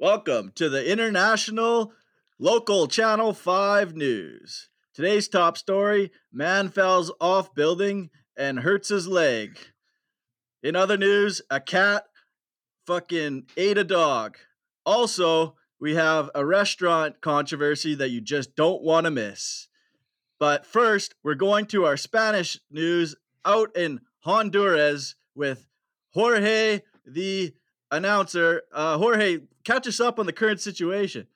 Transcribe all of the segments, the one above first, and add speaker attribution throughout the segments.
Speaker 1: Welcome to the International Local Channel 5 News. Today's top story man falls off building and hurts his leg. In other news, a cat fucking ate a dog. Also, we have a restaurant controversy that you just don't want to miss. But first, we're going to our Spanish news out in Honduras with Jorge, the announcer. Uh, Jorge, catch us up on the current situation.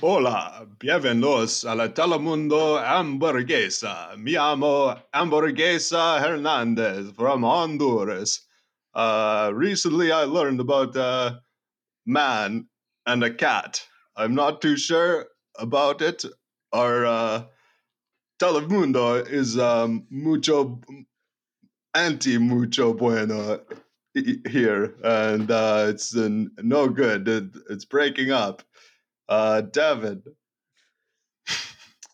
Speaker 2: Hola, bienvenidos a la Telemundo Hamburguesa. Me amo Hamburguesa Hernandez from Honduras. Uh, recently, I learned about a man and a cat. I'm not too sure about it. Our uh, Telemundo is um, mucho anti mucho bueno here, and uh, it's uh, no good. It, it's breaking up. Uh, Devin.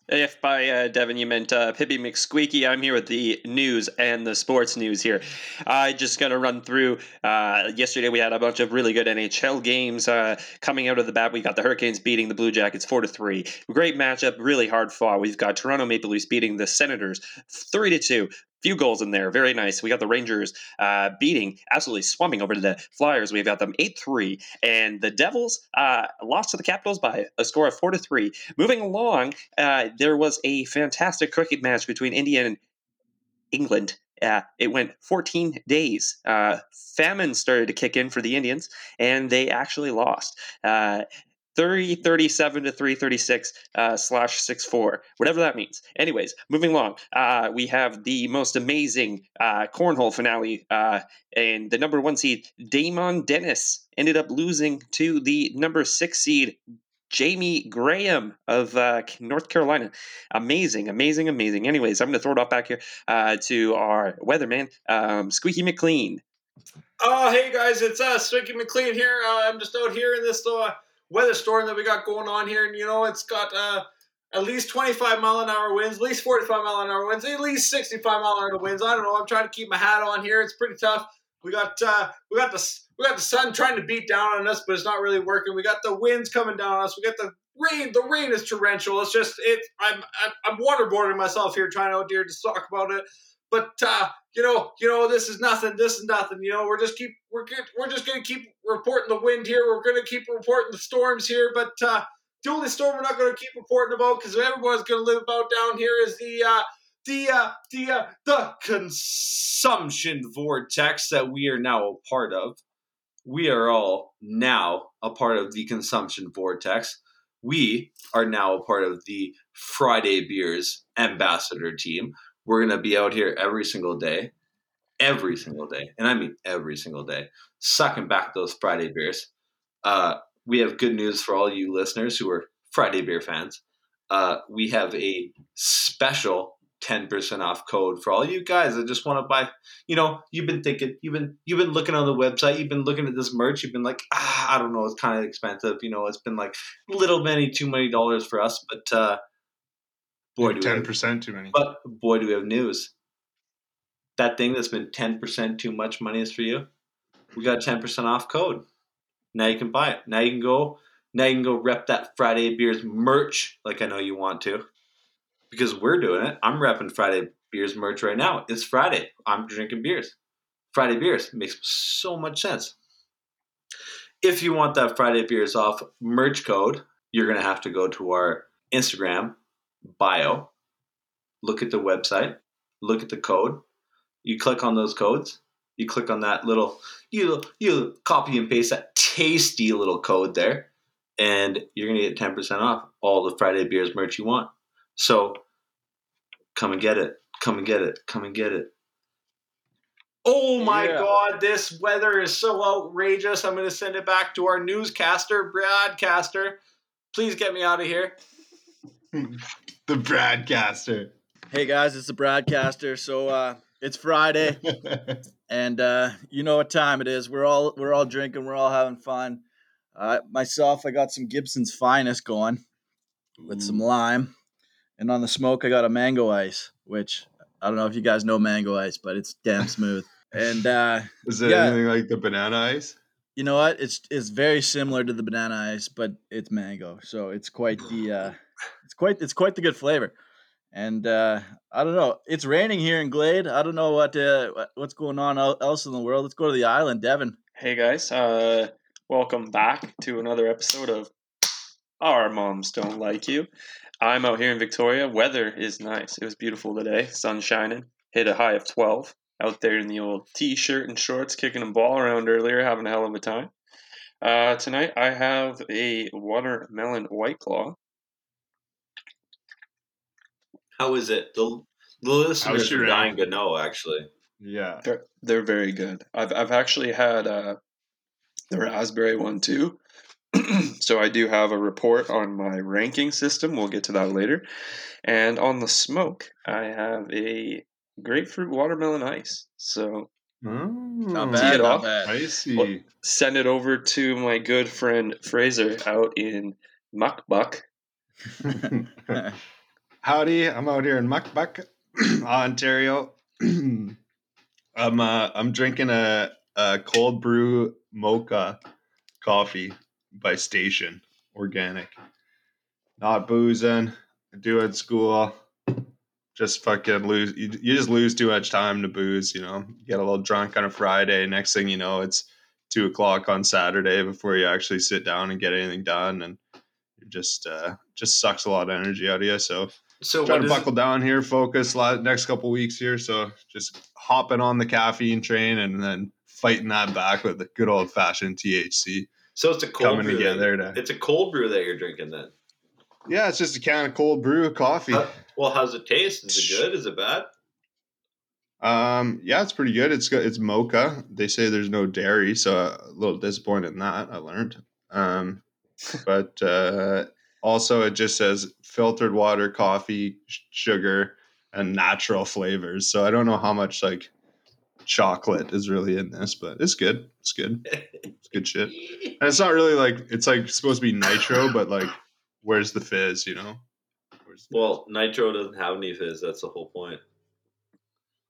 Speaker 3: If by uh, Devin you meant uh, Pippi McSqueaky, I'm here with the news and the sports news here. I just going to run through. Uh, yesterday we had a bunch of really good NHL games uh, coming out of the bat. We got the Hurricanes beating the Blue Jackets four to three. Great matchup, really hard fought. We've got Toronto Maple Leafs beating the Senators three to two few goals in there. Very nice. We got the Rangers uh, beating, absolutely swamping over the Flyers. We've got them 8 3. And the Devils uh, lost to the Capitals by a score of 4 to 3. Moving along, uh, there was a fantastic cricket match between India and England. Uh, it went 14 days. Uh, famine started to kick in for the Indians, and they actually lost. 337 to 336 uh, slash 64, whatever that means. Anyways, moving along, uh, we have the most amazing uh, cornhole finale, uh, and the number one seed, Damon Dennis, ended up losing to the number six seed, Jamie Graham of uh, North Carolina. Amazing, amazing, amazing. Anyways, I'm going to throw it off back here uh, to our weatherman, um, Squeaky McLean.
Speaker 4: Oh, hey guys, it's uh, Squeaky McLean here. Uh, I'm just out here in this uh, weather storm that we got going on here, and you know it's got uh, at least 25 mile an hour winds, at least 45 mile an hour winds, at least 65 mile an hour winds. I don't know. I'm trying to keep my hat on here. It's pretty tough. We got uh, we got the we got the sun trying to beat down on us, but it's not really working. We got the winds coming down on us. We got the rain. The rain is torrential. It's just it. I'm I'm waterboarding myself here, trying out here to talk about it. But uh, you know, you know, this is nothing. This is nothing. You know, we're just keep we're get, we're just gonna keep reporting the wind here. We're gonna keep reporting the storms here. But uh, the only storm we're not gonna keep reporting about because everyone's gonna live about down here is the uh, the uh, the uh, the consumption vortex that we are now a part of. We are all now a part of the consumption vortex. We are now a part of the Friday Beers ambassador team we're going to be out here every single day, every single day, and I mean every single day, sucking back those Friday beers. Uh, we have good news for all you listeners who are Friday beer fans. Uh, we have a special 10% off code for all you guys that just want to buy you know you've been thinking you've been you've been looking on the website you've been looking at this merch you've been like ah, i don't know it's kind of expensive you know it's been like a little many too many dollars for us but uh
Speaker 5: boy, ten percent too many.
Speaker 4: But boy, do we have news. That thing that's been ten percent too much money is for you. We got ten percent off code. Now you can buy it. Now you can go. Now you can go rep that Friday beers merch like I know you want to, because we're doing it. I'm repping Friday beers merch right now. It's Friday. I'm drinking beers. Friday beers makes so much sense. If you want that Friday beers off merch code, you're gonna have to go to our Instagram bio, look at the website, look at the code. You click on those codes. You click on that little you you copy and paste that tasty little code there, and you're gonna get ten percent off all the Friday beers merch you want. So come and get it. Come and get it. Come and get it. Oh my yeah. god, this weather is so outrageous. I'm gonna send it back to our newscaster, broadcaster. Please get me out of here
Speaker 2: the broadcaster.
Speaker 1: Hey guys, it's the broadcaster. So uh, it's Friday, and uh, you know what time it is. We're all we're all drinking. We're all having fun. Uh, myself, I got some Gibson's Finest going with Ooh. some lime, and on the smoke, I got a mango ice. Which I don't know if you guys know mango ice, but it's damn smooth. and uh,
Speaker 2: is it yeah. anything like the banana ice?
Speaker 1: You know what? It's it's very similar to the banana ice, but it's mango. So it's quite the uh, it's quite it's quite the good flavor. And uh, I don't know. It's raining here in Glade. I don't know what uh, what- what's going on el- else in the world. Let's go to the island, Devin.
Speaker 3: Hey guys, uh, welcome back to another episode of Our Moms Don't Like You. I'm out here in Victoria. Weather is nice. It was beautiful today. Sun shining. Hit a high of 12. Out there in the old t-shirt and shorts, kicking a ball around earlier, having a hell of a time. Uh, tonight I have a watermelon white claw.
Speaker 4: How is it? The, the listeners
Speaker 2: your
Speaker 4: are
Speaker 2: rating?
Speaker 4: dying to know, actually.
Speaker 2: Yeah.
Speaker 3: They're they're very good. I've I've actually had uh, the raspberry one too. so I do have a report on my ranking system. We'll get to that later. And on the smoke, I have a grapefruit watermelon ice. So
Speaker 1: Not
Speaker 2: Mm,
Speaker 1: bad,
Speaker 3: it
Speaker 1: not
Speaker 3: off.
Speaker 1: bad.
Speaker 2: I see.
Speaker 3: Well- send it over to my good friend Fraser out in Muckbuck.
Speaker 2: Howdy, I'm out here in Muckbuck, Ontario. I'm uh, I'm drinking a, a cold brew mocha coffee by Station Organic. Not boozing, doing school. Just fucking lose. You, you just lose too much time to booze. You know, get a little drunk on a Friday. Next thing you know, it's two o'clock on Saturday before you actually sit down and get anything done, and it just uh, just sucks a lot of energy out of you. So
Speaker 4: So
Speaker 2: trying
Speaker 4: what
Speaker 2: to
Speaker 4: is,
Speaker 2: buckle down here, focus la next couple weeks here. So just hopping on the caffeine train and then fighting that back with the good old fashioned THC
Speaker 4: so it's a cold
Speaker 2: coming
Speaker 4: brew. that-
Speaker 2: together. To,
Speaker 4: It's a cold brew that you're drinking then.
Speaker 2: yeah, it's just a can of cold brew coffee.
Speaker 4: Huh? Well, how's it taste? Is it good? Is it bad?
Speaker 2: Um, yeah, it's pretty good. It's good. It's mocha. They say there's no dairy, so a little disappointed in that. I learned. Um, but uh, also it just says filtered water, coffee, sh- sugar, and natural flavors. So I don't know how much like chocolate is really in this, but it's good. It's good. It's good shit. And it's not really like it's like supposed to be nitro, but like where's the fizz? You know. Where's the-
Speaker 4: Well, Nitro doesn't have any fizz. That's the whole point.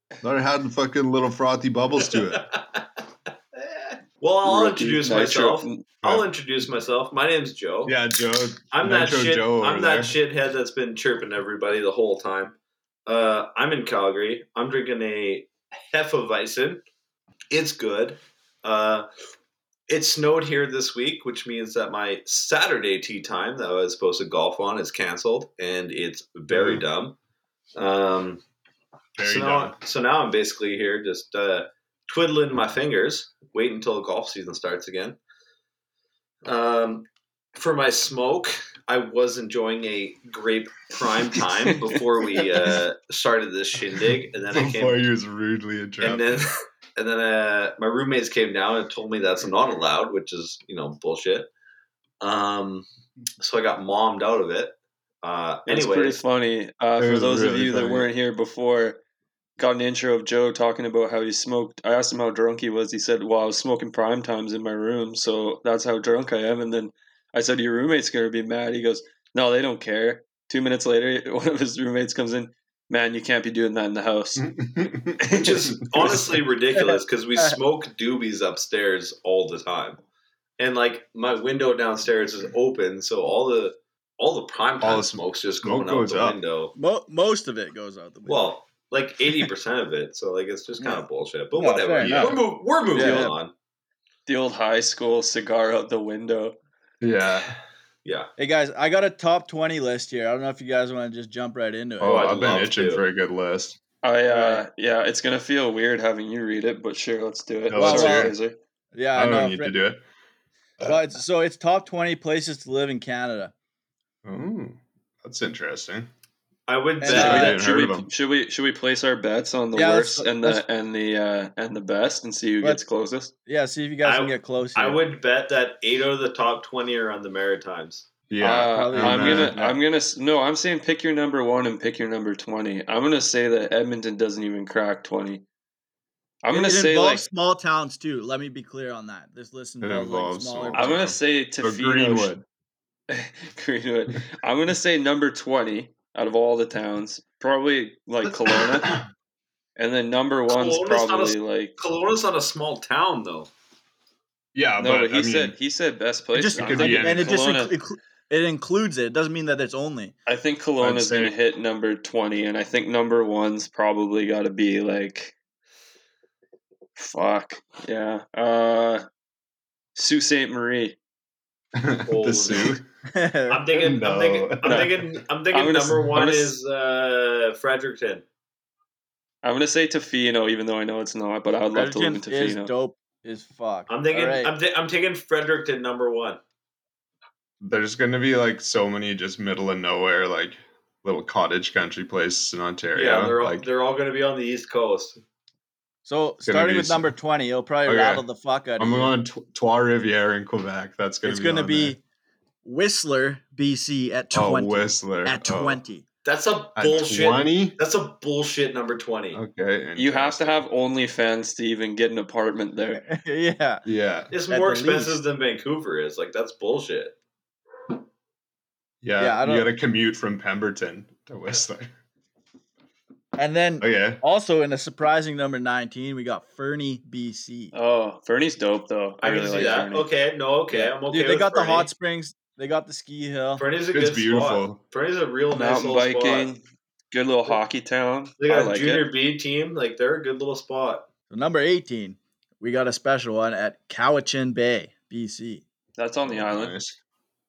Speaker 2: Thought it had fucking little frothy bubbles to it.
Speaker 4: well, I'll
Speaker 3: Rookie
Speaker 4: introduce
Speaker 3: Nitro-
Speaker 4: myself. I'll introduce myself. My name's Joe.
Speaker 2: Yeah, Joe.
Speaker 4: I'm that
Speaker 2: Nitro
Speaker 4: shit.
Speaker 2: Joe over
Speaker 4: I'm
Speaker 2: there.
Speaker 4: that shithead that's been chirping everybody the whole time. Uh, I'm in Calgary. I'm drinking a Hefeweizen. It's good. Uh, it snowed here this week, which means that my Saturday tea time that I was supposed to golf on is canceled, and it's
Speaker 2: Mm.
Speaker 4: very dumb. Um,
Speaker 2: Very
Speaker 4: so
Speaker 2: dumb.
Speaker 4: now, so now I'm basically here just uh, twiddling my fingers, wait until golf season starts again. Um, for my smoke, I was enjoying a grape prime time before we uh, started this shindig, and then I
Speaker 2: Before
Speaker 4: came
Speaker 2: he was rudely
Speaker 4: and
Speaker 2: interrupted.
Speaker 4: then and then uh, my roommates came down and told me that's not allowed, which is you know bullshit. Um, so I got mommed out of it. Uh,
Speaker 3: It's pretty
Speaker 4: anyways,
Speaker 3: funny. Uh,
Speaker 2: It
Speaker 3: for
Speaker 2: was
Speaker 3: those of
Speaker 2: really
Speaker 3: you that
Speaker 2: funny.
Speaker 3: weren't here before, got an intro of Joe talking about how he smoked. I asked him how drunk he was. He said, "Well, I was smoking prime times in my room, so that's how drunk I am." And then I said, "Your roommate's gonna be mad." He goes, "No, they don't care." Two minutes later, one of his roommates comes in. Man, you can't be doing that in the house.
Speaker 2: Mm.
Speaker 4: which is honestly ridiculous because we smoke doobies upstairs all the time, and like my window downstairs is open, so all the all the prime
Speaker 2: All
Speaker 4: time
Speaker 2: the
Speaker 4: smoke's just
Speaker 2: smoke
Speaker 4: going out
Speaker 2: goes
Speaker 4: the
Speaker 2: up.
Speaker 4: window.
Speaker 1: Mo- most of it goes out the window.
Speaker 4: Well, like eighty percent of it, so like it's just kind
Speaker 1: Yeah.
Speaker 4: of bullshit. But
Speaker 1: No, fair
Speaker 4: whatever,
Speaker 1: enough.
Speaker 4: we're, move, we're moving
Speaker 1: Yeah, yeah.
Speaker 4: on.
Speaker 3: The old high school cigar out the window.
Speaker 2: yeah.
Speaker 4: Yeah.
Speaker 1: hey guys, I got a top twenty list here. I don't know if you guys want to just jump right into it.
Speaker 2: Oh,
Speaker 4: I'd
Speaker 2: I've been
Speaker 4: love
Speaker 2: itching
Speaker 4: to.
Speaker 2: for a good list.
Speaker 3: I uh, yeah, it's gonna feel weird having you read it, but sure, let's do it.
Speaker 2: Yeah, let's
Speaker 3: Sorry,
Speaker 1: do it.
Speaker 3: Fraser.
Speaker 1: yeah,
Speaker 2: I,
Speaker 1: I,
Speaker 2: don't
Speaker 1: know.
Speaker 2: need
Speaker 1: Fra-
Speaker 2: to do it.
Speaker 1: Well, it's, so it's top twenty places to live in Canada.
Speaker 2: Ooh, that's interesting.
Speaker 4: I would
Speaker 1: And, uh,
Speaker 4: bet
Speaker 3: Should
Speaker 1: I
Speaker 4: that
Speaker 3: we,
Speaker 2: didn't
Speaker 3: should,
Speaker 2: heard
Speaker 3: we,
Speaker 2: of 'em.
Speaker 3: should we should we place our bets on the
Speaker 1: Yeah, let's-
Speaker 3: worst and
Speaker 1: let's-
Speaker 3: the and the uh, and the best and see who
Speaker 1: Let's-
Speaker 3: gets closest?
Speaker 1: Yeah, see if you guys
Speaker 4: I-
Speaker 1: can get close.
Speaker 4: I
Speaker 1: here.
Speaker 4: would bet that eight out of the top twenty are on the Maritimes.
Speaker 2: Yeah.
Speaker 3: Uh,
Speaker 1: probably
Speaker 3: I'm
Speaker 2: and,
Speaker 3: gonna
Speaker 2: uh,
Speaker 3: I'm gonna s- no I'm saying pick your number one and pick your number twenty. I'm gonna say that Edmonton doesn't even crack twenty. I'm
Speaker 1: It-
Speaker 3: gonna
Speaker 1: it
Speaker 3: say
Speaker 1: involves
Speaker 3: like
Speaker 1: small towns too. Let me be clear on that. This list involves like
Speaker 2: involves
Speaker 1: smaller.
Speaker 2: small
Speaker 1: towns.
Speaker 3: I'm gonna say
Speaker 2: or
Speaker 3: Tofino.
Speaker 2: Greenwood.
Speaker 3: Greenwood. I'm gonna say number twenty out of all the towns, probably like Kelowna, and then number one's
Speaker 4: Kelowna's not a s-
Speaker 3: probably like
Speaker 4: Kelowna's not a small town though.
Speaker 2: Yeah,
Speaker 3: No,
Speaker 2: Uh, but
Speaker 3: but he
Speaker 2: I mean,
Speaker 3: said he said best place.
Speaker 2: It
Speaker 1: and
Speaker 2: could be any-
Speaker 1: and it just
Speaker 3: Kelowna.
Speaker 1: inclu- inclu- it includes it. It doesn't mean that it's only.
Speaker 3: I think Kelowna's
Speaker 2: say-
Speaker 3: gonna hit number twenty, and I think number one's probably got to be like, fuck yeah, uh, Sault Ste. Marie.
Speaker 2: the zoo.
Speaker 4: I'm thinking. I'm thinking. I'm
Speaker 3: No.
Speaker 4: thinking. I'm thinking.
Speaker 3: I'm gonna s-
Speaker 4: number
Speaker 3: I'm
Speaker 4: one
Speaker 3: gonna s-
Speaker 4: is uh, Fredericton.
Speaker 3: I'm gonna say Tofino, even though I know it's not, but I would love to live in
Speaker 1: Fredericton is
Speaker 3: Tofino.
Speaker 1: dope as fuck.
Speaker 4: I'm thinking.
Speaker 1: Alright.
Speaker 4: I'm, th- I'm taking Fredericton number one.
Speaker 2: There's going to be like so many just middle of nowhere, like little cottage country places in Ontario.
Speaker 4: Yeah, they're all
Speaker 2: like,
Speaker 4: they're all going to be on the East Coast.
Speaker 1: so
Speaker 2: gonna
Speaker 1: starting
Speaker 2: be
Speaker 1: with
Speaker 2: s-
Speaker 1: number twenty, it'll probably
Speaker 2: Okay.
Speaker 1: rattle the fuck out of
Speaker 2: I'm
Speaker 1: you.
Speaker 2: on Tw- Trois Rivières in Quebec. That's going
Speaker 1: it's
Speaker 2: to be
Speaker 1: gonna
Speaker 2: on
Speaker 1: be
Speaker 2: there.
Speaker 1: Whistler, BC at
Speaker 2: Oh,
Speaker 1: twenty.
Speaker 2: Whistler
Speaker 1: at
Speaker 2: Oh.
Speaker 1: twenty.
Speaker 4: That's a
Speaker 2: At
Speaker 4: bullshit.
Speaker 2: 20?
Speaker 4: That's a bullshit number twenty.
Speaker 2: Okay.
Speaker 3: You have to have OnlyFans to even get an apartment there.
Speaker 1: yeah.
Speaker 2: Yeah.
Speaker 4: It's
Speaker 1: At
Speaker 4: more
Speaker 1: the
Speaker 4: expensive
Speaker 1: least.
Speaker 4: than Vancouver is. Like that's bullshit.
Speaker 2: Yeah.
Speaker 1: Yeah, I
Speaker 2: you
Speaker 1: don't-
Speaker 2: got to commute from Pemberton to Whistler. Oh,
Speaker 1: And then
Speaker 2: Okay.
Speaker 1: also in a surprising number nineteen, we got Fernie, BC.
Speaker 3: Oh, Fernie's dope though. I,
Speaker 4: I, can
Speaker 3: really
Speaker 4: see
Speaker 3: like
Speaker 4: that.
Speaker 3: Fernie.
Speaker 4: Okay, no, okay,
Speaker 1: Yeah.
Speaker 4: I'm okay.
Speaker 1: Dude, they
Speaker 4: with
Speaker 1: got
Speaker 4: Fernie.
Speaker 1: the hot springs. They got the ski hill.
Speaker 4: Fernie's a
Speaker 2: It's
Speaker 4: good spot.
Speaker 2: beautiful.
Speaker 4: Fernie's a real nice
Speaker 3: Mountain
Speaker 4: little
Speaker 3: biking,
Speaker 4: spot.
Speaker 3: good little hockey town.
Speaker 4: They
Speaker 3: I
Speaker 4: got
Speaker 3: like
Speaker 4: a junior
Speaker 3: it.
Speaker 4: B team. Like they're a good little spot.
Speaker 1: So number eighteen, we got a special one at Cowichan Bay, BC.
Speaker 3: That's on the island.
Speaker 2: Oh, Nice.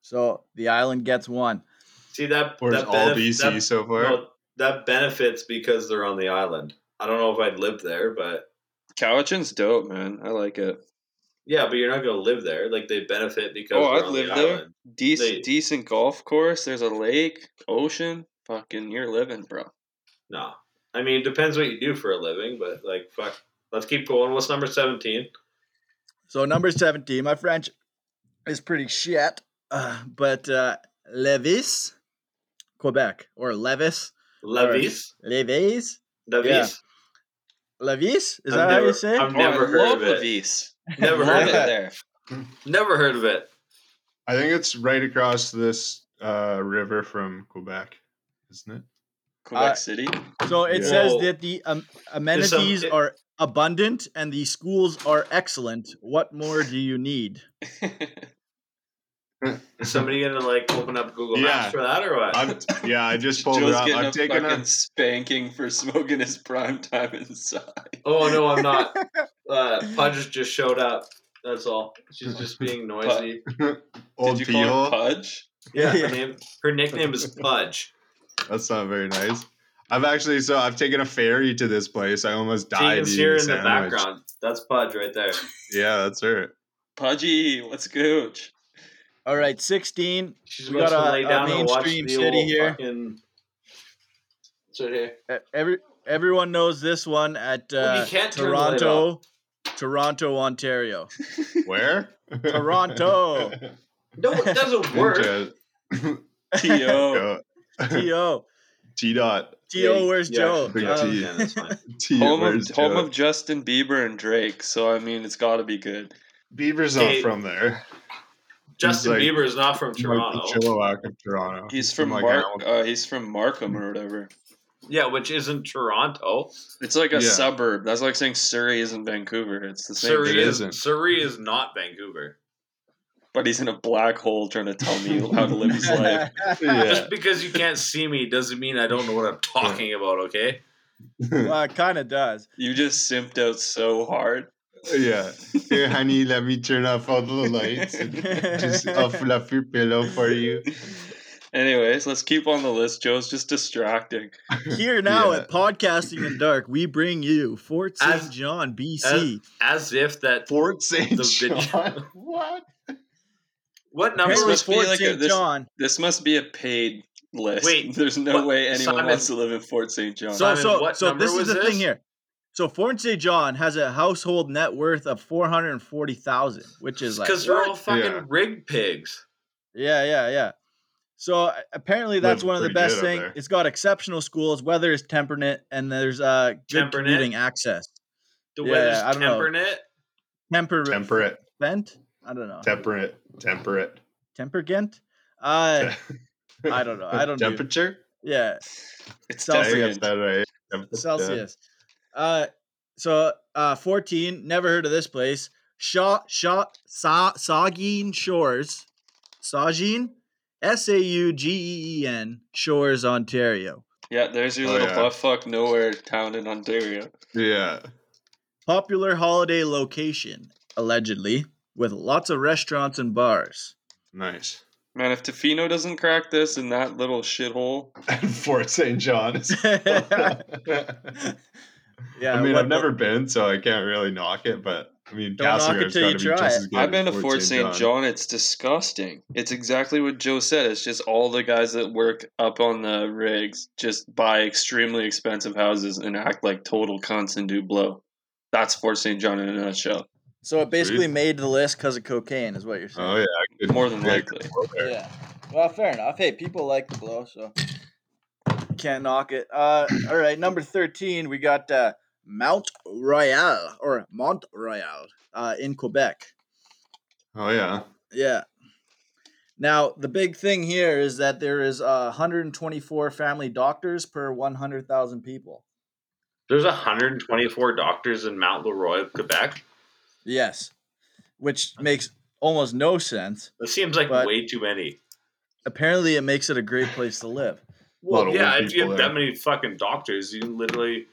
Speaker 1: So the island gets one.
Speaker 4: See that?
Speaker 2: Where's
Speaker 4: that
Speaker 2: all
Speaker 4: benef-
Speaker 2: BC
Speaker 4: that-
Speaker 2: so far?
Speaker 4: no, that benefits because they're on the island. I don't know if I'd live there, but
Speaker 3: Cowichan's dope, man. I like it.
Speaker 4: yeah, but you're not gonna live there. Like they benefit because
Speaker 3: Oh,
Speaker 4: we're
Speaker 3: I'd
Speaker 4: on
Speaker 3: live
Speaker 4: the
Speaker 3: there.
Speaker 4: island.
Speaker 3: Dec-
Speaker 4: They-
Speaker 3: decent golf course. There's a lake, ocean. Fucking, you're living, bro.
Speaker 4: No, I mean it depends what you do for a living, but like fuck. Let's keep going. What's number seventeen?
Speaker 1: So number seventeen, my French is pretty shit, uh, but uh, Levis, Quebec or Levis,
Speaker 4: Levis.
Speaker 1: Levis,
Speaker 4: Levis.
Speaker 1: Levis. Is
Speaker 4: I've
Speaker 1: that how you
Speaker 4: never-
Speaker 1: say?
Speaker 4: I'm-
Speaker 1: It?
Speaker 3: Oh, I
Speaker 4: Never heard
Speaker 3: love
Speaker 4: of it.
Speaker 3: Levis.
Speaker 4: Never
Speaker 3: Love
Speaker 4: heard
Speaker 3: it
Speaker 4: of it.
Speaker 3: there.
Speaker 4: Never heard of it.
Speaker 2: I think it's right across this uh, river from Quebec, isn't it?
Speaker 3: Quebec
Speaker 1: Uh,
Speaker 3: City.
Speaker 1: So it
Speaker 2: Yeah.
Speaker 1: says
Speaker 4: Whoa.
Speaker 1: that the um, amenities
Speaker 4: it-
Speaker 1: are abundant and the schools are excellent. What more do you need?
Speaker 4: Is somebody gonna like open up Google
Speaker 2: Yeah.
Speaker 4: Maps for that or what?
Speaker 2: I've, yeah, I just pulled
Speaker 3: Joe's
Speaker 2: it up.
Speaker 3: getting
Speaker 2: I've
Speaker 3: a
Speaker 2: taken
Speaker 3: fucking
Speaker 2: a.
Speaker 3: spanking for smoking his prime time inside.
Speaker 4: oh no, I'm not. Uh, Pudge just showed up. That's all. She's just being noisy.
Speaker 2: Old
Speaker 3: Did you call
Speaker 2: people.
Speaker 3: her Pudge?
Speaker 4: Yeah, her
Speaker 1: Yeah.
Speaker 4: name. Her nickname is Pudge.
Speaker 2: That's not very nice. I've actually so I've taken a ferry to this place. I almost
Speaker 4: So you
Speaker 2: died.
Speaker 4: can see her in
Speaker 2: eating
Speaker 4: the
Speaker 2: sandwich.
Speaker 4: background. That's Pudge right there.
Speaker 2: Yeah, that's her.
Speaker 3: Pudgy, what's gooch?
Speaker 1: All right, sixteen.
Speaker 4: She's
Speaker 1: We
Speaker 4: about
Speaker 1: got
Speaker 4: to
Speaker 1: a-
Speaker 4: lay
Speaker 1: a
Speaker 4: down and watch
Speaker 1: mainstream
Speaker 4: the
Speaker 1: city
Speaker 4: old
Speaker 1: here.
Speaker 4: fucking. It's right here.
Speaker 1: E- Every everyone knows this one at
Speaker 4: Well, you
Speaker 1: uh,
Speaker 4: can't turn the light
Speaker 1: Toronto, Toronto, Ontario.
Speaker 2: Where?
Speaker 1: Toronto.
Speaker 4: No, it doesn't work.
Speaker 3: T.O.
Speaker 2: Go.
Speaker 1: T.O.
Speaker 2: T dot.
Speaker 1: T.O. Where's
Speaker 4: Yeah,
Speaker 1: Joe?
Speaker 2: Big
Speaker 1: Um,
Speaker 2: T.
Speaker 4: Yeah, that's fine.
Speaker 2: T.
Speaker 3: Home of,
Speaker 2: where's
Speaker 3: home
Speaker 2: Joe?
Speaker 3: of Justin Bieber and Drake, so I mean it's gotta be good.
Speaker 4: Oh,
Speaker 2: Bieber's
Speaker 4: Hey,
Speaker 2: not from there.
Speaker 4: Justin
Speaker 2: like-
Speaker 4: Bieber is not from Toronto.
Speaker 2: Like the Chilliwack of Toronto.
Speaker 4: oh
Speaker 3: He's from
Speaker 2: like
Speaker 3: Mark
Speaker 2: Hamilton.
Speaker 3: uh, he's from Markham or whatever.
Speaker 4: Yeah, which isn't Toronto.
Speaker 3: It's like a
Speaker 2: Yeah.
Speaker 3: suburb. That's like saying Surrey isn't Vancouver. It's the same
Speaker 4: Surrey
Speaker 2: it
Speaker 4: is
Speaker 2: isn't.
Speaker 4: Surrey is not Vancouver.
Speaker 3: but he's in a black hole trying to tell me how to live his life.
Speaker 2: Yeah.
Speaker 4: Just because you can't see me doesn't mean I don't know what I'm talking about. Okay.
Speaker 1: well, it kind of does.
Speaker 3: You just simped out so hard.
Speaker 2: yeah. Here, honey, let me turn off all the lights and just a fluffy pillow for you.
Speaker 3: Anyways, let's keep on the list. Joe's just distracting.
Speaker 1: Here now
Speaker 2: Yeah.
Speaker 1: at Podcasting in the Dark, we bring you Fort St.
Speaker 4: As-
Speaker 1: John, BC.
Speaker 4: As if that.
Speaker 2: Fort St.
Speaker 4: The video.
Speaker 2: John. What?
Speaker 4: What number
Speaker 1: Apparently,
Speaker 4: was
Speaker 3: must be
Speaker 1: Fort
Speaker 3: like a-
Speaker 1: St.
Speaker 3: this-
Speaker 1: John.
Speaker 3: This must be a paid list.
Speaker 4: Wait,
Speaker 3: there's no
Speaker 4: what-
Speaker 3: way anyone
Speaker 4: Simon-
Speaker 3: wants to live in Fort St. John.
Speaker 1: So,
Speaker 4: Simon,
Speaker 1: so,
Speaker 4: what
Speaker 1: so
Speaker 4: number
Speaker 1: this is
Speaker 4: was
Speaker 1: the
Speaker 4: this?
Speaker 1: thing here. So Fort St. John has a household net worth of four hundred forty thousand, which is like
Speaker 4: because they're all
Speaker 1: what?
Speaker 4: fucking
Speaker 2: Yeah.
Speaker 4: rig pigs.
Speaker 1: yeah, yeah, yeah. So a- apparently that's
Speaker 2: Living
Speaker 1: one of the
Speaker 2: pretty
Speaker 1: best
Speaker 2: good up
Speaker 1: things.
Speaker 2: there.
Speaker 1: It's got exceptional schools, weather is temperate, and there's uh good
Speaker 4: Temperate?
Speaker 1: commuting access.
Speaker 4: The
Speaker 1: Yeah,
Speaker 4: weather's
Speaker 1: I don't know.
Speaker 4: temperate.
Speaker 1: Temperate,
Speaker 2: Temperate.
Speaker 1: Bent? I don't know.
Speaker 2: Temperate. Temperate.
Speaker 1: Tempergent? Uh, I don't know. I don't do-
Speaker 2: Temperature?
Speaker 1: yeah,
Speaker 3: it's
Speaker 2: I
Speaker 1: Celsius.
Speaker 2: think
Speaker 3: Celsius.
Speaker 2: that's that right. Temperature.
Speaker 1: Celsius. Uh, so uh, 14, never heard of this place. Shaw, Shaw, Sa, Saugeen Shores, Saugeen, S A U G E E N Shores, Ontario.
Speaker 3: Yeah, there's your
Speaker 2: Oh,
Speaker 3: little
Speaker 2: yeah.
Speaker 3: butt fuck nowhere town in Ontario.
Speaker 2: Yeah.
Speaker 1: Popular holiday location, allegedly, with lots of restaurants and bars.
Speaker 2: Nice.
Speaker 3: Man, if Tofino doesn't crack this in that little shithole,
Speaker 2: And Fort St. John's.
Speaker 1: yeah,
Speaker 2: I mean,
Speaker 1: what
Speaker 2: I've
Speaker 1: the-
Speaker 2: never been, so I can't really knock it. But I mean,
Speaker 1: Don't knock it
Speaker 2: Cassimer's
Speaker 1: till
Speaker 2: got
Speaker 1: you
Speaker 2: to be
Speaker 1: try
Speaker 2: just
Speaker 1: it.
Speaker 2: as good.
Speaker 3: I've been to
Speaker 2: as
Speaker 3: Fort St. John. It's disgusting. It's exactly what Joe said. It's just all the guys that work up on the rigs just buy extremely expensive houses and act like total cunts and do blow. That's Fort St. John in a nutshell.
Speaker 1: So it basically
Speaker 2: Sweet.
Speaker 1: made the list because of cocaine, is what you're saying.
Speaker 2: Oh yeah, good-
Speaker 3: More than
Speaker 2: yeah,
Speaker 3: likely.
Speaker 2: good work there.
Speaker 1: Yeah. Well, fair enough. Hey, people like the blow, so can't knock it. Uh, all right, number thirteen, we got uh, Mount Royal or Mont Royal uh, in Quebec.
Speaker 2: Oh yeah.
Speaker 1: Yeah. Now the big thing here is that there is uh, 124 family doctors per 100,000 people.
Speaker 4: There's 124 doctors in Mount Leroy of Quebec.
Speaker 1: Yes, which makes almost no sense.
Speaker 4: That seems like
Speaker 1: But-
Speaker 4: way too many.
Speaker 1: Apparently, it makes it a great place to live.
Speaker 4: Well,
Speaker 2: of
Speaker 4: yeah,
Speaker 2: old
Speaker 4: if you
Speaker 2: people
Speaker 4: have
Speaker 2: there.
Speaker 4: that many fucking doctors, you literally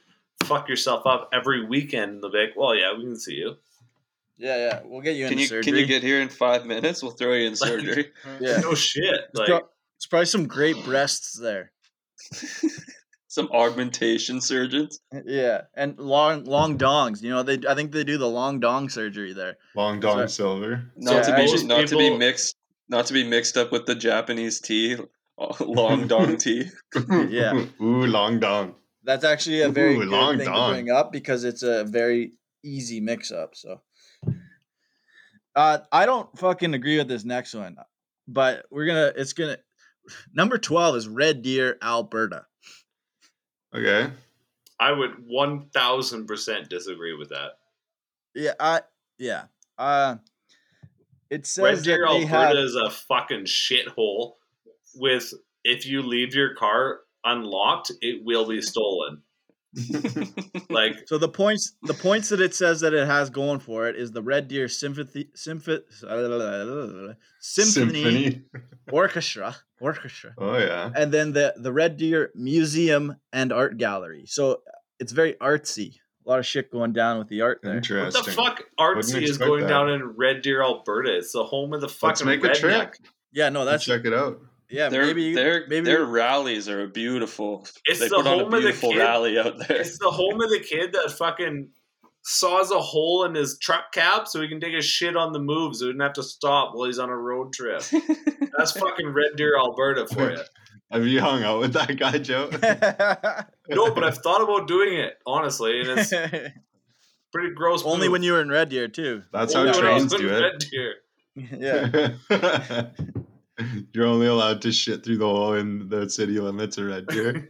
Speaker 4: fuck yourself up every weekend. And they'll be like, well, yeah, we can see you.
Speaker 1: Yeah, yeah, we'll get you
Speaker 3: Can
Speaker 1: into
Speaker 3: you
Speaker 1: surgery.
Speaker 3: can you get here in five minutes? We'll throw you in surgery.
Speaker 1: yeah,
Speaker 4: No shit.
Speaker 1: There's
Speaker 4: Like,
Speaker 1: prob- there's probably some great breasts there.
Speaker 3: Some augmentation surgeons.
Speaker 1: Yeah, and long long dongs. You know, they I think they do the long dong surgery there.
Speaker 2: Long Dong
Speaker 1: Sorry.
Speaker 2: Silver.
Speaker 1: Yeah,
Speaker 3: Not to
Speaker 1: I-
Speaker 3: be
Speaker 4: most
Speaker 3: not to be
Speaker 4: people-
Speaker 3: mixed not to be mixed up with the Japanese tea, uh, long dong tea.
Speaker 1: Yeah.
Speaker 2: Ooh, Long Dong.
Speaker 1: That's actually a very
Speaker 2: Ooh,
Speaker 1: good
Speaker 2: long
Speaker 1: thing
Speaker 2: dong.
Speaker 1: to bring up because it's a very easy mix up. So, uh, I don't fucking agree with this next one, but we're gonna. It's gonna. Number twelve is Red Deer, Alberta.
Speaker 2: Okay.
Speaker 4: I would 1000% disagree with that.
Speaker 1: Yeah, I yeah. Uh, it says
Speaker 4: Red Deer,
Speaker 1: that they
Speaker 4: Alberta
Speaker 1: have.
Speaker 4: is a fucking shithole. With if you leave your car unlocked, it will be stolen. like,
Speaker 1: So the points the points that it says that it has going for it is the Red Deer Symphony Symphony Symphony Orchestra Orchestra
Speaker 2: Oh yeah.
Speaker 1: and then the the Red Deer Museum and Art Gallery. So it's very artsy. A lot of shit going down with the art there.
Speaker 4: what the
Speaker 2: Interesting.
Speaker 4: fuck
Speaker 2: Wouldn't
Speaker 4: artsy is
Speaker 2: expect
Speaker 4: going
Speaker 2: that.
Speaker 4: down in Red Deer, Alberta? It's the home of the
Speaker 2: Let's
Speaker 4: fucking
Speaker 2: make a
Speaker 4: redneck.
Speaker 2: trip.
Speaker 1: Yeah, no,
Speaker 2: Let's
Speaker 1: that's
Speaker 2: check it out.
Speaker 1: yeah.
Speaker 3: Their
Speaker 1: Maybe you-
Speaker 3: their
Speaker 1: maybe
Speaker 3: their
Speaker 1: you-
Speaker 3: rallies are beautiful.
Speaker 4: It's
Speaker 3: they
Speaker 4: the
Speaker 3: put on
Speaker 4: home
Speaker 3: a
Speaker 4: of the
Speaker 3: beautiful
Speaker 4: kid.
Speaker 3: rally out there.
Speaker 4: It's the home of the kid that fucking saws a hole in his truck cab so he can take his shit on the move so he doesn't have to stop while he's on a road trip. That's fucking Red Deer, Alberta for you.
Speaker 2: Have you hung out with that guy, Joe?
Speaker 4: No, but I've thought about doing it, honestly, and it's pretty gross.
Speaker 1: only when you were in Red Deer too.
Speaker 2: That's
Speaker 1: Only
Speaker 2: how
Speaker 1: when I was
Speaker 2: trains do it.
Speaker 4: Red Deer.
Speaker 1: yeah,
Speaker 2: You're only allowed to shit through the hole in the city limits of Red Deer.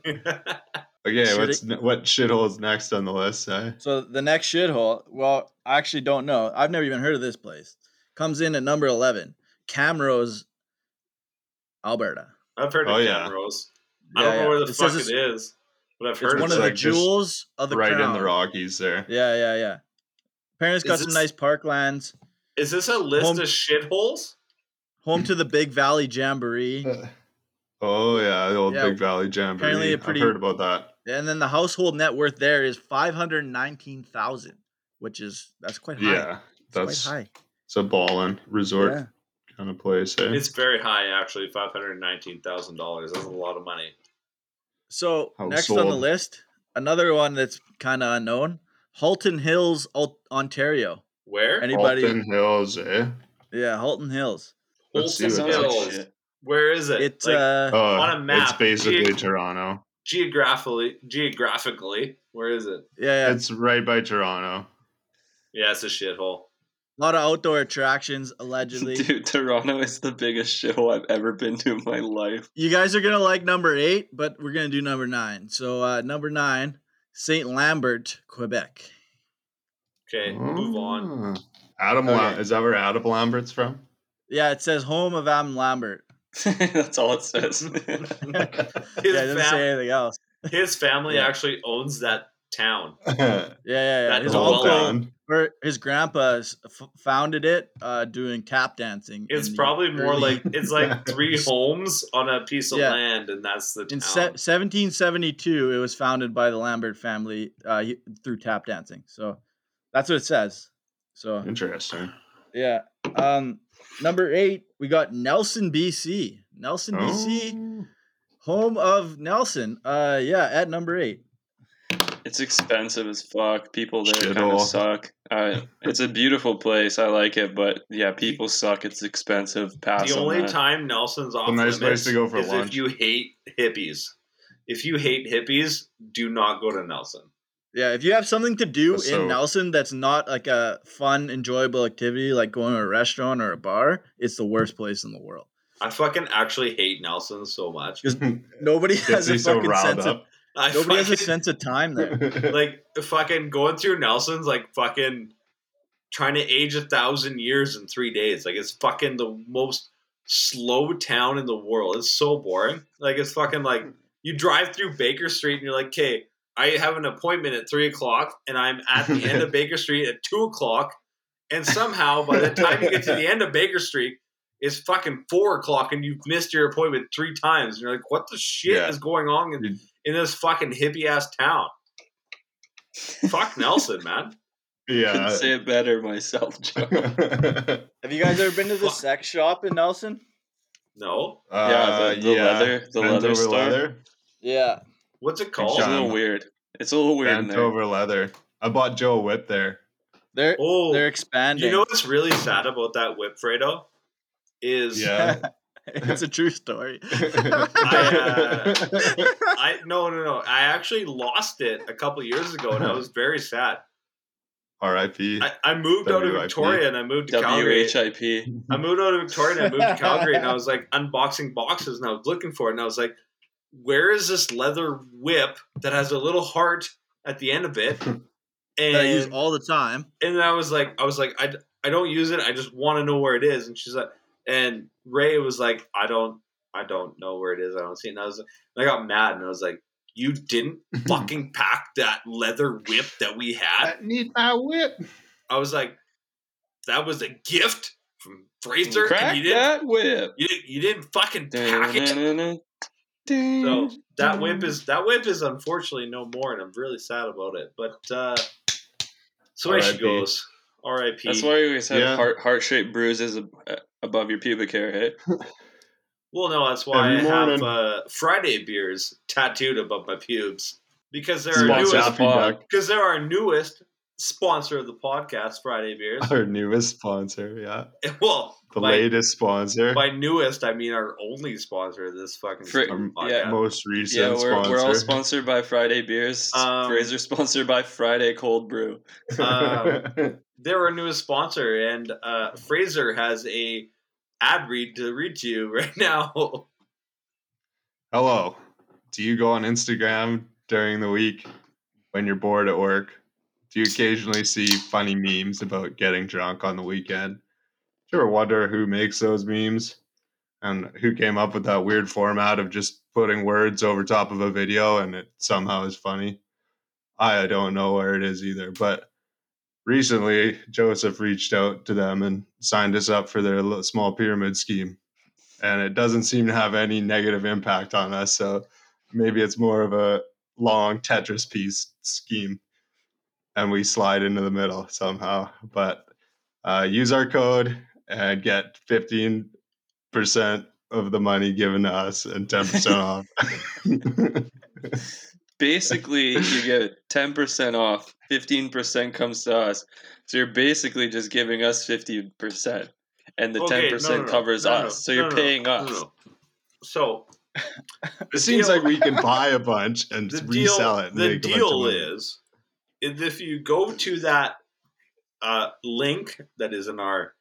Speaker 2: Okay,
Speaker 1: Should
Speaker 2: what's ne- what shithole's next on the list? Eh?
Speaker 1: So the next shithole, well, I actually don't know. I've never even heard of this place. Comes in at number eleven, Camrose, Alberta.
Speaker 4: I've heard of
Speaker 2: Oh,
Speaker 4: oh,
Speaker 2: yeah.
Speaker 4: Camrose. I don't
Speaker 1: Yeah,
Speaker 4: know where
Speaker 1: yeah.
Speaker 4: the
Speaker 1: It says
Speaker 4: fuck
Speaker 1: it's-
Speaker 4: it is, but I've
Speaker 1: It's
Speaker 4: heard
Speaker 1: one of
Speaker 4: of it.
Speaker 1: the
Speaker 2: like this
Speaker 1: jewels of the
Speaker 2: right in
Speaker 1: crown.
Speaker 2: the Rockies there.
Speaker 1: Yeah, yeah, yeah. Apparently, it's
Speaker 4: Is
Speaker 1: got some
Speaker 4: this-
Speaker 1: nice parklands.
Speaker 4: Is this a list
Speaker 1: Home-
Speaker 4: of shitholes?
Speaker 1: Home to the Big Valley Jamboree,
Speaker 2: Oh yeah, the old
Speaker 1: Yeah,
Speaker 2: Big Valley Jamboree.
Speaker 1: apparently a pretty-
Speaker 2: I've heard about that.
Speaker 1: and then the household net worth there is five hundred nineteen thousand, which is that's quite high.
Speaker 2: Yeah,
Speaker 1: that's
Speaker 2: that's
Speaker 1: quite
Speaker 2: it's a ballin'
Speaker 1: high.
Speaker 2: resort
Speaker 1: Yeah.
Speaker 2: kind of place. Eh?
Speaker 4: It's very high, actually. Five hundred nineteen thousand dollars. That's a lot of money.
Speaker 1: So next on the
Speaker 2: Household.
Speaker 1: list, another one that's kind of unknown, Halton Hills, Al- Ontario.
Speaker 4: Where?
Speaker 1: Any- anybody-
Speaker 2: Alton Hills. Eh?
Speaker 1: Yeah, Halton Hills.
Speaker 2: Let's see
Speaker 4: Holton
Speaker 2: what that
Speaker 4: Hills.
Speaker 3: shit-
Speaker 4: Where is it?
Speaker 1: It's
Speaker 4: Like,
Speaker 1: uh,
Speaker 2: Oh,
Speaker 4: on a map,
Speaker 2: it's basically
Speaker 4: geo-
Speaker 2: Toronto.
Speaker 4: geographically. Geographically, where is it?
Speaker 1: yeah, yeah.
Speaker 2: It's right by Toronto.
Speaker 4: Yeah, it's a shithole.
Speaker 1: a lot of outdoor attractions allegedly.
Speaker 3: Dude, Toronto is the biggest show I've ever been to in my life.
Speaker 1: You guys are gonna like number eight, but we're gonna do number nine. So uh, number nine, Saint Lambert, Quebec.
Speaker 4: Okay, move on.
Speaker 2: Ah. Adam Lam-
Speaker 1: Okay.
Speaker 2: is that where Adam Lambert's from?
Speaker 1: Yeah, it says home of Adam Lambert.
Speaker 3: That's all it says.
Speaker 1: Oh. yeah, it
Speaker 4: His,
Speaker 1: doesn't
Speaker 4: fam-
Speaker 1: say anything else.
Speaker 4: his family
Speaker 1: Yeah.
Speaker 4: actually owns that town.
Speaker 1: Yeah, yeah, yeah.
Speaker 4: That
Speaker 1: His
Speaker 4: whole
Speaker 1: uncle,
Speaker 4: town.
Speaker 2: Down.
Speaker 1: or his grandpa s- f- founded it uh, doing tap dancing.
Speaker 4: It's
Speaker 1: in the
Speaker 4: probably more
Speaker 1: early-
Speaker 4: like it's like three homes on a piece of
Speaker 1: Yeah.
Speaker 4: land, and that's the town.
Speaker 1: in se- 1772. It was founded by the Lambert family uh, he- through tap dancing. So that's what it says. So
Speaker 2: Mm. Interesting.
Speaker 1: yeah. Um, number eight, we got Nelson, BC. Nelson, BC,
Speaker 2: Oh.
Speaker 1: home of Nelson. Uh, yeah, at number eight.
Speaker 3: It's expensive as fuck. People there
Speaker 2: Shit
Speaker 3: kind of
Speaker 2: all.
Speaker 3: suck. Uh, it's a beautiful place. I like it, but yeah, people suck. It's expensive. Pass
Speaker 4: the
Speaker 3: on
Speaker 4: only
Speaker 3: that.
Speaker 4: time Nelson's off
Speaker 2: a nice place
Speaker 4: limits
Speaker 2: to go for
Speaker 4: is
Speaker 2: lunch.
Speaker 4: if you hate hippies. If you hate hippies, do not go to Nelson.
Speaker 1: Yeah, if you have something to do
Speaker 2: So-
Speaker 1: in Nelson that's not like a fun, enjoyable activity, like going to a restaurant or a bar, it's the worst place in the world.
Speaker 4: I fucking actually hate Nelson so much.
Speaker 1: Just- Nobody
Speaker 2: Gets
Speaker 1: has
Speaker 2: me
Speaker 1: a
Speaker 2: so
Speaker 1: fucking
Speaker 2: riled
Speaker 1: sense of
Speaker 2: up.
Speaker 4: I
Speaker 1: nobody has a
Speaker 4: fucking-
Speaker 1: sense of time there.
Speaker 4: like fucking going through Nelson's like fucking trying to age a thousand years in three days. Like it's fucking the most slow town in the world. It's so boring. Like it's fucking like you drive through Baker Street and you're like, okay, I have an appointment at three o'clock and I'm at the end of Baker Street at two o'clock. And somehow by the time you get to the end of Baker Street, it's fucking four o'clock and you've missed your appointment three times. And you're like, what the shit
Speaker 2: Yeah.
Speaker 4: is going on in, in this fucking hippie ass town? Fuck Nelson, man.
Speaker 3: Couldn't
Speaker 2: yeah.
Speaker 3: say it better myself, Joe.
Speaker 1: Have you guys ever been to the
Speaker 4: Fuck.
Speaker 1: sex shop in Nelson?
Speaker 4: No.
Speaker 3: yeah, the, the leather, the
Speaker 2: Uh, Bent
Speaker 3: leather
Speaker 2: over
Speaker 3: store.
Speaker 2: leather.
Speaker 1: Yeah.
Speaker 4: What's it
Speaker 3: It's
Speaker 4: called?
Speaker 3: a little
Speaker 2: John.
Speaker 3: weird. It's a little weird in
Speaker 2: Bent
Speaker 3: there.
Speaker 2: over leather. I bought Joe a whip there.
Speaker 1: They're
Speaker 4: Oh,
Speaker 1: they're
Speaker 4: Do
Speaker 1: expanding.
Speaker 4: you know what's really sad about that whip, Fredo? Is
Speaker 2: Yeah.
Speaker 1: it's a true story.
Speaker 4: I no no no. I actually lost it a couple years ago, and I was very sad.
Speaker 2: R.I.P.
Speaker 4: I, I moved out of
Speaker 2: WIP.
Speaker 4: Victoria and I moved to Calgary.
Speaker 3: WHIP.
Speaker 4: I moved out of Victoria and I moved to Calgary, and I was like unboxing boxes, and I was looking for it, and I was like, "Where is this leather whip that has a little heart at the end of it?"
Speaker 1: that I use
Speaker 4: And
Speaker 1: all the time.
Speaker 4: and I was like, I was like, I, I don't use it. I just want to know where it is. And she's like, and Ray was like, I don't, I don't know where it is. I don't see it. And I was, like- and I got mad and I was like, you didn't fucking pack that leather whip that we had.
Speaker 2: need my whip.
Speaker 4: I was like, that was a gift from Fraser, and
Speaker 3: Crack
Speaker 4: you didn't,
Speaker 3: that whip.
Speaker 4: you didn't, you didn't fucking pack it.
Speaker 3: So
Speaker 4: So that whip is that whip is unfortunately no more, and I'm really sad about it. But uh, so there she
Speaker 2: R.I.P..
Speaker 4: goes. R.I.P.
Speaker 3: That's why we always have
Speaker 2: Yeah.
Speaker 3: heart heart shaped bruises ab- uh, above your pubic hair. Hey,
Speaker 4: Well, no, that's why
Speaker 2: Every
Speaker 4: I have
Speaker 2: morning.
Speaker 4: uh, Friday beers tattooed above my pubes because they're our
Speaker 2: Sponsor
Speaker 3: Sponsor as
Speaker 4: newest
Speaker 2: Happy
Speaker 3: fuck.
Speaker 2: Duck,
Speaker 4: because they're our newest sponsor of the podcast, Friday Beers.
Speaker 2: our newest sponsor. Yeah,
Speaker 4: well,
Speaker 2: the
Speaker 4: by,
Speaker 2: latest sponsor,
Speaker 4: by newest, I mean our only sponsor of this fucking
Speaker 3: Fr-
Speaker 4: podcast.
Speaker 3: yeah.
Speaker 2: most recent
Speaker 3: yeah, we're,
Speaker 2: sponsor.
Speaker 3: we're all sponsored by Friday beers.
Speaker 4: Um,
Speaker 3: Fraser sponsored by Friday cold brew.
Speaker 2: Uh,
Speaker 4: um, They're our newest sponsor, and uh, Fraser has a ad read to read to you right now.
Speaker 2: Hello. Do you go on Instagram during the week when you're bored at work? Do you occasionally see funny memes about getting drunk on the weekend? Do you ever wonder who makes those memes and who came up with that weird format of just putting words over top of a video and it somehow is funny? I don't know where it is either, but recently Joseph reached out to them and signed us up for their little small pyramid scheme and it doesn't seem to have any negative impact on us. So maybe it's more of a long Tetris piece scheme, and we slide into the middle somehow. But uh, use our code and get fifteen percent of the money given to us and ten percent off.
Speaker 3: Basically, you get ten percent off. Fifteen percent comes to us. So you're basically just giving us fifteen percent, and the ten
Speaker 4: Okay, no,
Speaker 3: percent
Speaker 4: no, no,
Speaker 3: covers
Speaker 4: no, no,
Speaker 3: us. so
Speaker 4: no,
Speaker 3: you're
Speaker 4: no, no,
Speaker 3: paying
Speaker 4: no,
Speaker 3: us.
Speaker 4: no. So
Speaker 2: it seems
Speaker 4: deal-
Speaker 2: like we can buy a bunch and
Speaker 4: the
Speaker 2: resell
Speaker 4: deal,
Speaker 2: it. And
Speaker 4: the
Speaker 2: make a bunch of
Speaker 4: deal
Speaker 2: money.
Speaker 4: is, is if you go to that uh, link that is in our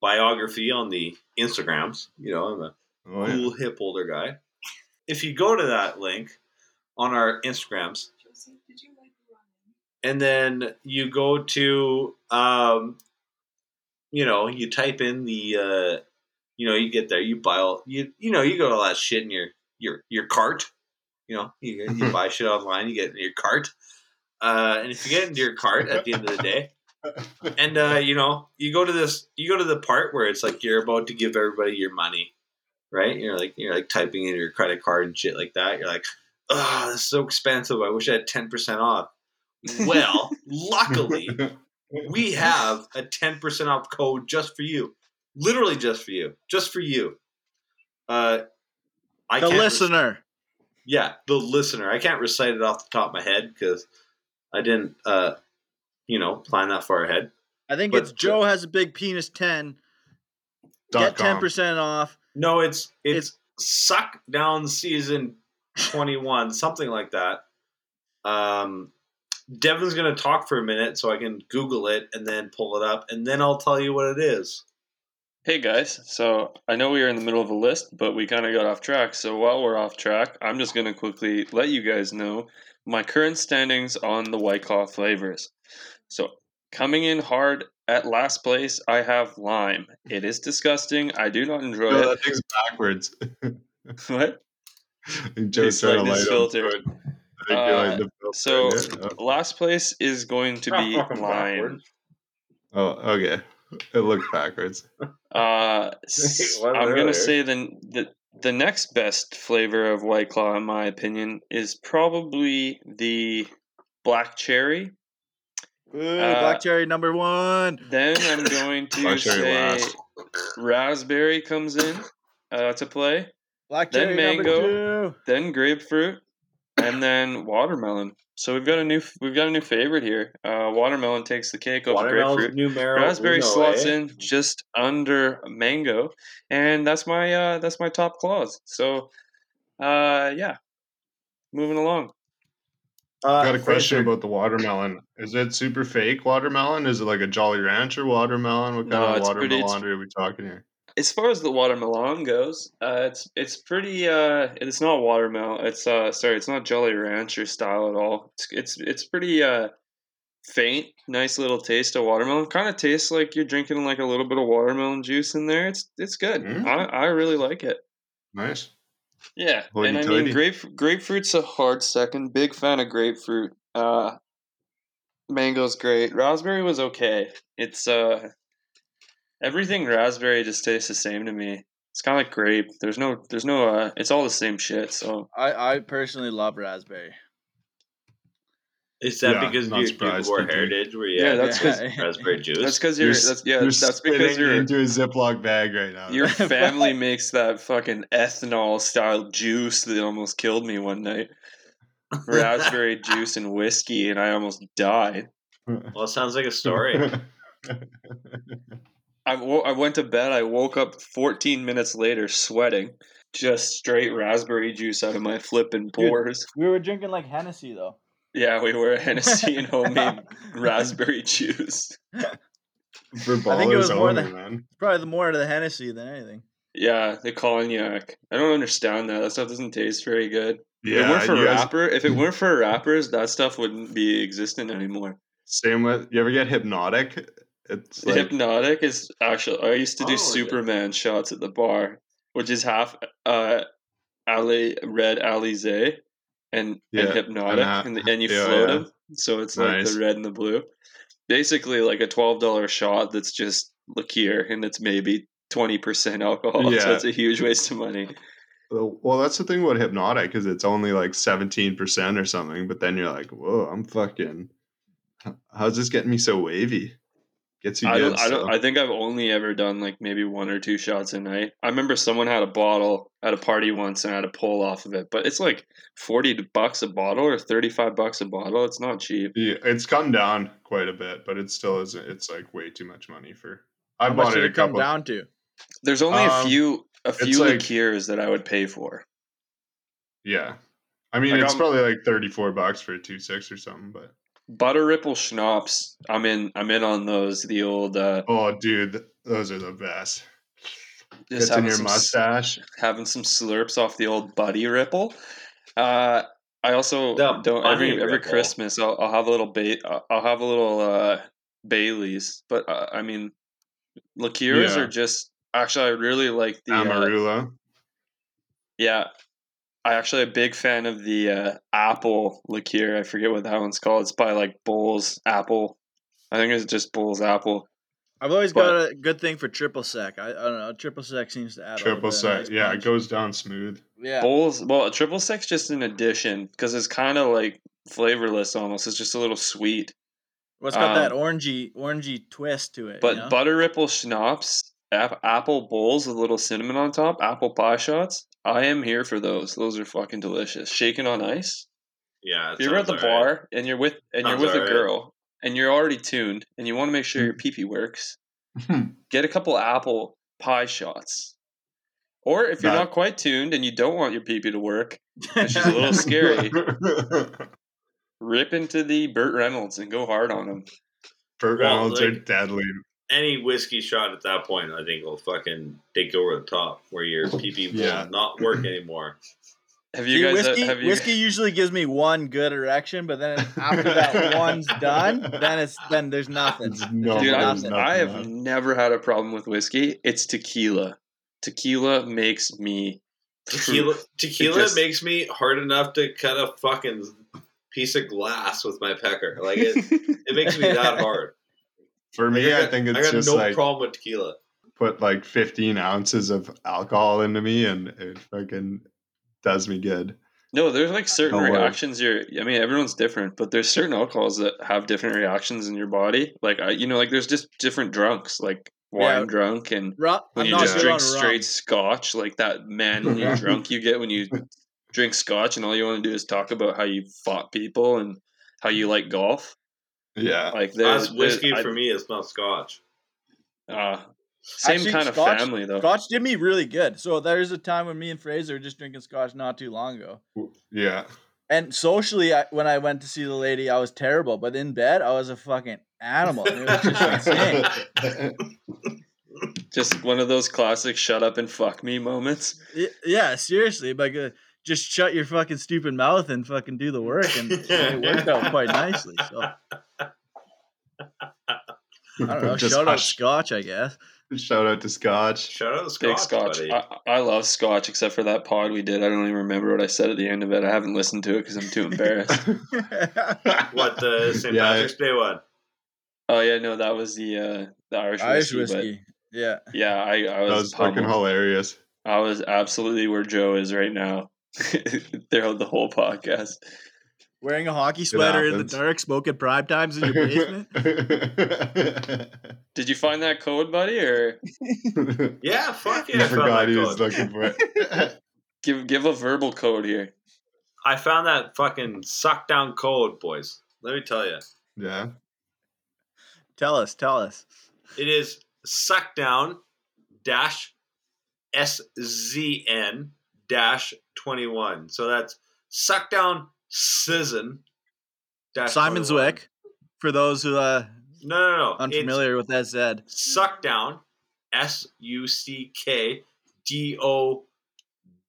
Speaker 4: biography on the Instagrams, you know, I'm a
Speaker 2: Oh, yeah.
Speaker 4: cool hip older guy. If you go to that link on our Instagrams, and then you go to, um, you know, you type in the, uh, you know, you get there, you buy all, you you know, you go to all that shit in your your your cart. You know, you, you buy shit online, you get it in your cart, uh, and if you get into your cart at the end of the day, and uh, you know, you go to this, you go to the part where it's like you're about to give everybody your money, right? You're like you're like typing in your credit card and shit like that. You're like, oh, this is so expensive. I wish I had ten percent off. Well, luckily, we have a ten percent off code just for you, literally just for you, just for you. Uh, I
Speaker 1: the
Speaker 4: can't re-
Speaker 1: listener.
Speaker 4: yeah, the listener. I can't recite it off the top of my head because I didn't, uh, you know, plan that far ahead.
Speaker 1: I think
Speaker 4: But-
Speaker 1: it's Joe has a big penis 10. Get
Speaker 2: Dot com.
Speaker 1: 10% off.
Speaker 4: No, it's it's suck down season twenty one, something like that. Um, Devin's gonna talk for a minute so I can Google it and then pull it up, and then I'll tell you what it is.
Speaker 3: Hey guys, so I know we are in the middle of a list, but we kind of got off track. So while we're off track, I'm just going to quickly let you guys know my current standings on the White Claw flavors. So coming in hard at last place, I have lime. It is disgusting. I do not enjoy
Speaker 2: No,
Speaker 3: it.
Speaker 2: that thing's backwards.
Speaker 3: What?
Speaker 2: Joe's
Speaker 3: It's
Speaker 2: trying to
Speaker 3: like
Speaker 2: light
Speaker 3: this
Speaker 2: up.
Speaker 3: filter.
Speaker 2: I think you're like the filter,
Speaker 3: So
Speaker 2: yeah.
Speaker 3: last place is going to be
Speaker 4: Fucking
Speaker 3: lime.
Speaker 4: backwards.
Speaker 2: Oh, okay. It looked backwards.
Speaker 3: Uh, s-
Speaker 4: Wait, what
Speaker 3: I'm
Speaker 4: earlier?
Speaker 3: gonna say the, the the next best flavor of White Claw, in my opinion, is probably the black cherry.
Speaker 1: Ooh,
Speaker 3: Uh,
Speaker 1: Black Cherry number one.
Speaker 3: Then I'm going to
Speaker 2: Black cherry
Speaker 3: say
Speaker 2: last.
Speaker 3: raspberry comes in uh, to play.
Speaker 1: Black Cherry
Speaker 3: Then mango.
Speaker 1: number two.
Speaker 3: Then grapefruit, and then watermelon. So we've got a new f- we've got a new favorite here. Uh, watermelon takes the cake over grapefruit.
Speaker 4: Watermelon's numero
Speaker 3: raspberry
Speaker 4: uno,
Speaker 3: slots
Speaker 4: eh?
Speaker 3: in just under mango and that's my uh that's my top clause so uh yeah moving along
Speaker 4: Uh,
Speaker 2: Got a question
Speaker 4: Fraser,
Speaker 2: about the watermelon. Is it super fake watermelon? Is it like a Jolly Rancher watermelon? What kind
Speaker 3: No,
Speaker 2: of
Speaker 3: it's pretty-
Speaker 2: watermelon are we talking here?
Speaker 3: as far as the watermelon goes uh it's it's pretty uh it's not watermelon it's uh sorry it's not jolly rancher style at all it's it's, it's pretty uh faint nice little taste of watermelon kind of tastes like you're drinking like a little bit of watermelon juice in there it's it's good
Speaker 2: Mm.
Speaker 3: i i really like it
Speaker 2: Nice.
Speaker 3: Yeah,
Speaker 2: Hoity
Speaker 3: and I mean,
Speaker 2: toity.
Speaker 3: grape, grapefruit's a hard second. Big fan of grapefruit. Uh, mango's great. Raspberry was okay. It's uh, everything raspberry just tastes the same to me. It's kind of like grape. There's no, there's no. Uh, it's all the same shit. So
Speaker 1: I, I personally love raspberry.
Speaker 4: is that
Speaker 2: Yeah,
Speaker 4: because
Speaker 2: not
Speaker 4: you
Speaker 2: surprised,
Speaker 4: Newport
Speaker 2: continue.
Speaker 4: Heritage where you
Speaker 3: Yeah,
Speaker 4: had
Speaker 3: that's 'cause-
Speaker 4: raspberry juice?
Speaker 3: that's because
Speaker 2: You're
Speaker 3: you're.
Speaker 2: s-
Speaker 3: That's, yeah,
Speaker 2: You're
Speaker 3: that's because
Speaker 2: spitting
Speaker 3: you're.
Speaker 2: into a Ziploc bag right now.
Speaker 3: Your family makes that fucking ethanol style juice that almost killed me one night. Raspberry juice and whiskey, and I almost died.
Speaker 4: well, it sounds like a story.
Speaker 3: I, wo- I went to bed. I woke up 14 minutes later, sweating, just straight raspberry juice out of my flipping pores.
Speaker 1: We were drinking like Hennessy though.
Speaker 3: Yeah, we were Hennessy and homemade raspberry juice.
Speaker 2: For
Speaker 1: I think it was
Speaker 2: ballers
Speaker 1: more
Speaker 2: only,
Speaker 1: than-
Speaker 2: man.
Speaker 1: Probably the more of the Hennessy than anything.
Speaker 3: Yeah, the cognac. I don't understand that. That stuff doesn't taste very good. if it
Speaker 2: Yeah,
Speaker 3: weren't for
Speaker 2: you guys-
Speaker 3: rapper, if it weren't for rappers, that stuff wouldn't be existent anymore.
Speaker 2: same with you ever get hypnotic? It's like
Speaker 3: Hypnotic is actually. I used to do
Speaker 4: Oh, yeah.
Speaker 3: Superman shots at the bar, which is half uh, alley red alize and, and
Speaker 2: Yeah, and
Speaker 3: hypnotic,
Speaker 2: ha-
Speaker 3: and, the, and you
Speaker 2: yeah,
Speaker 3: float
Speaker 2: yeah.
Speaker 3: them. So it's like
Speaker 2: Nice.
Speaker 3: the red and the blue. Basically, like a twelve dollar shot that's just liqueur, and it's maybe twenty percent alcohol. So
Speaker 2: Yeah.
Speaker 3: it's a huge waste of money.
Speaker 2: Well, that's the thing about hypnotic is it's only like seventeen percent or something, but then you're like, whoa, I'm fucking. h- How's this getting me so wavy? Gets you
Speaker 3: I
Speaker 2: good.
Speaker 3: don't, I
Speaker 2: so-
Speaker 3: don't. I think I've only ever done like maybe one or two shots a night. I remember someone had a bottle at a party once and I had a pull off of it, but it's like forty bucks a bottle or thirty five bucks a bottle. It's not cheap.
Speaker 2: Yeah, it's come down quite a bit, but it still is. It's like way too much money for. I
Speaker 1: How much
Speaker 2: bought
Speaker 1: did
Speaker 2: it a
Speaker 1: it come
Speaker 2: couple.
Speaker 1: down to?
Speaker 3: There's only a
Speaker 2: Um,
Speaker 3: few a few
Speaker 2: like-
Speaker 3: liqueurs that I would pay for.
Speaker 2: Yeah, I mean
Speaker 3: I
Speaker 2: it's
Speaker 3: got-
Speaker 2: probably like thirty-four bucks for a two six or something. But
Speaker 3: Butter Ripple Schnapps. I'm in. I'm in on those. The old uh,
Speaker 2: oh, dude, th- those are the best.
Speaker 3: just
Speaker 2: Gets in
Speaker 3: having
Speaker 2: your
Speaker 3: some
Speaker 2: mustache.
Speaker 3: having some slurps off the old Buddy Ripple. Uh, I also
Speaker 4: The
Speaker 3: don't every
Speaker 4: Bunny
Speaker 3: every
Speaker 4: Ripple.
Speaker 3: Christmas I'll, I'll have a little ba- I'll- I'll have a little uh, Bailey's, but uh, I mean liqueurs
Speaker 2: Yeah.
Speaker 3: are just actually I really like the uh,
Speaker 2: Amarillo.
Speaker 3: yeah. I actually a big fan of the uh, apple liqueur. I forget what that one's called. It's by like Bowles Apple I think it's just Bulls Apple.
Speaker 1: I've always
Speaker 3: But-
Speaker 1: got a good thing for triple sec. I, I don't know. Triple sec seems to add. a
Speaker 2: Triple
Speaker 1: little bit of
Speaker 2: sec.
Speaker 1: nice
Speaker 2: Yeah,
Speaker 1: punch.
Speaker 2: it goes down smooth.
Speaker 1: Yeah.
Speaker 3: Bulls. Well, a triple six just an addition because it's kind of like flavorless almost. It's just a little sweet.
Speaker 1: Well, it's got that
Speaker 3: um,
Speaker 1: orangey, orangey twist to it.
Speaker 3: But
Speaker 1: you know?
Speaker 3: butter ripple schnapps, ap- apple bowls with a little cinnamon on top, apple pie shots. I am here for those. Those are fucking delicious. Shaken on ice.
Speaker 4: Yeah,
Speaker 3: If you're at the bar and you're with and
Speaker 4: Sounds
Speaker 3: you're with a
Speaker 4: alright.
Speaker 3: girl and you're already tuned and you want to make sure your pee pee works, get a couple apple pie shots. Or if you're
Speaker 2: That-
Speaker 3: not quite tuned and you don't want your pee pee to work, which is a little scary, rip into the Burt Reynolds and go hard on him.
Speaker 2: Burt
Speaker 4: Well,
Speaker 2: Reynolds are
Speaker 4: like-
Speaker 2: deadly.
Speaker 4: Any whiskey shot at that point, I think, will fucking take you over the top where your PP
Speaker 2: Yeah.
Speaker 4: will not work anymore.
Speaker 3: Have you
Speaker 1: Dude,
Speaker 3: guys? uh,
Speaker 1: whiskey,
Speaker 3: have you?
Speaker 1: whiskey usually gives me one good erection, but then after that one's done, then it's then there's nothing.
Speaker 2: It's no,
Speaker 3: Dude, I,
Speaker 2: there's
Speaker 1: nothing.
Speaker 3: I have
Speaker 2: left.
Speaker 3: never had a problem with whiskey. It's tequila. Tequila makes me
Speaker 4: Tequila, tequila
Speaker 3: just-
Speaker 4: makes me hard enough to cut a fucking piece of glass with my pecker. Like it, it makes me that hard.
Speaker 2: For me,
Speaker 4: Like,
Speaker 2: I
Speaker 4: got-
Speaker 2: think it's
Speaker 4: I got
Speaker 2: just
Speaker 4: no
Speaker 2: like
Speaker 4: problem with tequila.
Speaker 2: put like 15 ounces of alcohol into me, and it fucking does me good.
Speaker 3: No, there's like certain
Speaker 2: No way.
Speaker 3: reactions. You're, I mean, everyone's different, but there's certain alcohols that have different reactions in your body. Like, I, you know, like there's just different drunks, like wine
Speaker 1: Yeah.
Speaker 3: drunk, and
Speaker 1: Ru- I'm
Speaker 3: when you
Speaker 1: not
Speaker 3: just
Speaker 1: good
Speaker 3: drink
Speaker 1: on rum.
Speaker 3: straight scotch, like that manly drunk you get when you drink scotch, and all you want to do is talk about how you fought people and how you like golf.
Speaker 2: Yeah,
Speaker 3: Like, there's
Speaker 4: That's whiskey
Speaker 3: there's- I-
Speaker 4: for me. It's not scotch.
Speaker 3: Uh, same
Speaker 1: Actually,
Speaker 3: kind of
Speaker 1: scotch-
Speaker 3: family though.
Speaker 1: Scotch did me really good. So there's a time when me and Fraser were just drinking scotch not too long ago.
Speaker 2: yeah.
Speaker 1: And socially, I, when I went to see the lady, I was terrible. But in bed, I was a fucking animal. It was just insane.
Speaker 3: Just one of those classic "shut up and fuck me" moments.
Speaker 1: Y- Yeah, seriously, like uh, just shut your fucking stupid mouth and fucking do the work, and it worked out quite nicely. So I don't know.
Speaker 2: Just
Speaker 1: shout out
Speaker 2: hush.
Speaker 1: Scotch, I guess.
Speaker 2: Shout out to Scotch.
Speaker 4: Shout out to
Speaker 3: Big
Speaker 4: Scotch,
Speaker 3: Scotch.
Speaker 4: buddy.
Speaker 3: I, I love Scotch, except for that pod we did. I don't even remember what I said at the end of it. I haven't listened to it because I'm too embarrassed.
Speaker 4: what the St.
Speaker 2: Yeah,
Speaker 4: Patrick's Day one?
Speaker 3: oh yeah, no, that was the uh, the Irish,
Speaker 1: Irish
Speaker 3: whiskey.
Speaker 1: whiskey. Yeah.
Speaker 3: But yeah, I, I was,
Speaker 2: that was fucking
Speaker 3: pummeled.
Speaker 2: hilarious.
Speaker 3: I was absolutely where Joe is right now. Throughout the whole podcast.
Speaker 1: Wearing a hockey sweater in the
Speaker 2: happens.
Speaker 1: dark, smoking prime times in your basement.
Speaker 3: Did you find that code, buddy, or
Speaker 4: Yeah, fuck yeah.
Speaker 2: I
Speaker 4: I found
Speaker 2: forgot
Speaker 4: that
Speaker 2: he
Speaker 4: code.
Speaker 2: was looking for it.
Speaker 3: give give a verbal code here?
Speaker 4: I found that fucking suck down code, boys. Let me tell you,
Speaker 2: yeah.
Speaker 1: Tell us, tell us.
Speaker 4: it is suck down dash szn dash twenty one. So that's suck down sizzon. dash
Speaker 1: Simon
Speaker 4: 21.
Speaker 1: Zwick, for those who are
Speaker 4: No, no, no. It's
Speaker 1: unfamiliar with that said.
Speaker 4: suck down s u c k d o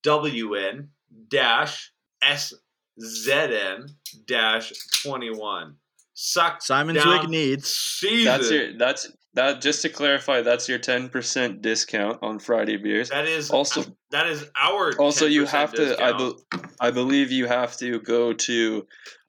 Speaker 4: w n dash s z n dash twenty one. Suck
Speaker 1: Simon
Speaker 4: Down.
Speaker 1: Zwick needs.
Speaker 4: season.
Speaker 3: That's your that's that just to clarify, that's your ten percent discount on Friday beers.
Speaker 4: That is
Speaker 3: Also
Speaker 4: that is our.
Speaker 3: also you
Speaker 4: 10%
Speaker 3: have to I,
Speaker 4: discount.
Speaker 3: be, I believe you have to go to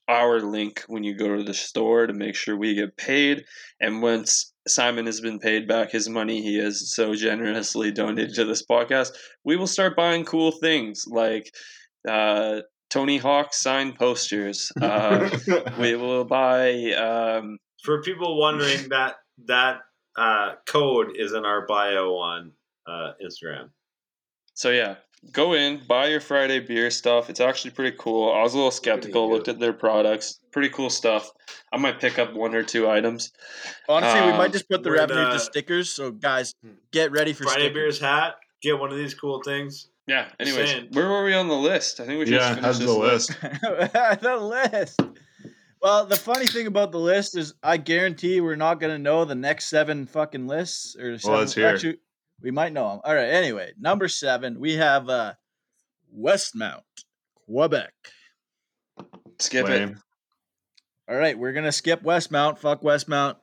Speaker 3: our link when you go to the store to make sure we get paid and once simon has been paid back his money he has so generously donated to this podcast we will start buying cool things like uh, tony hawk signed posters uh, we will buy um,
Speaker 4: For people wondering that that uh, code is in our bio on uh, Instagram.
Speaker 3: So yeah, go in, buy your Friday beer stuff. It's actually pretty cool. I was a little skeptical,
Speaker 4: good.
Speaker 3: looked at their products. Pretty cool stuff. I might pick up one or two items.
Speaker 1: Honestly, we
Speaker 3: Um,
Speaker 1: might just put the
Speaker 4: we're
Speaker 1: revenue
Speaker 4: the-
Speaker 1: to stickers. So guys, get ready for
Speaker 4: Friday
Speaker 1: stickers.
Speaker 4: beers hat. Get one of these cool things.
Speaker 3: Yeah. Anyways,
Speaker 4: Same.
Speaker 3: where were we on the list? I think we should
Speaker 2: yeah,
Speaker 3: just finish
Speaker 2: has
Speaker 3: this
Speaker 2: the list.
Speaker 1: the list. Well, the funny thing about the list is, I guarantee we're not going to know the next seven fucking lists. Or seven,
Speaker 2: let's hear.
Speaker 1: Actually, we might know them. All right. Anyway, number seven, we have uh, Westmount, Quebec.
Speaker 3: Skip it.
Speaker 2: Lame.
Speaker 1: All right, we're gonna skip Westmount. Fuck Westmount.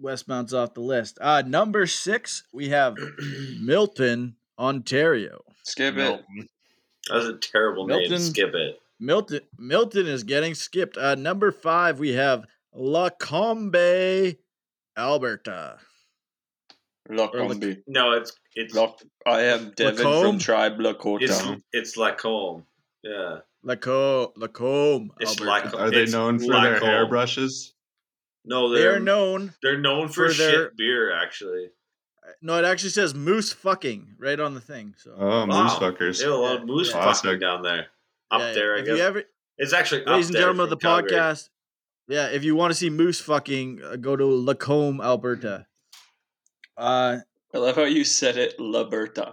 Speaker 1: Westmount's off the list. Uh, number six, we have Milton, Ontario.
Speaker 3: Skip it.
Speaker 2: Milton.
Speaker 4: That was a terrible name.
Speaker 1: Milton.
Speaker 4: Skip it.
Speaker 1: Milton Milton is getting skipped. Uh, number five, we have Lacombe, Alberta.
Speaker 3: Lacombe.
Speaker 4: No, it's it's
Speaker 3: Lac- I am Devin from
Speaker 1: Lacombe?
Speaker 3: tribe
Speaker 4: it's
Speaker 3: Lakota.
Speaker 4: it's Lacombe. Yeah,
Speaker 1: Lacombe, Lacombe,
Speaker 4: It's
Speaker 1: Alberta.
Speaker 4: Lacombe.
Speaker 2: Are they
Speaker 4: It's
Speaker 2: known for
Speaker 4: black
Speaker 2: their
Speaker 4: hole.
Speaker 2: hairbrushes?
Speaker 4: no,
Speaker 1: They
Speaker 4: they're
Speaker 1: are known.
Speaker 4: they're known for,
Speaker 1: for their-
Speaker 4: shit beer. Actually,
Speaker 1: No, it actually says moose fucking right on the thing. So
Speaker 2: Oh,
Speaker 4: Wow.
Speaker 2: moose fuckers.
Speaker 4: they have a lot of moose
Speaker 1: Yeah.
Speaker 4: fucking
Speaker 2: Classic.
Speaker 4: down there, up
Speaker 1: Yeah,
Speaker 4: there. I
Speaker 1: if
Speaker 4: guess
Speaker 1: You ever,
Speaker 4: it's actually up
Speaker 1: ladies and
Speaker 4: there
Speaker 1: gentlemen of
Speaker 4: from
Speaker 1: the
Speaker 4: Calgary.
Speaker 1: podcast, yeah, if you want to see moose fucking, uh, go to Lacombe, Alberta. Uh,
Speaker 3: I love how you said it, Laberta.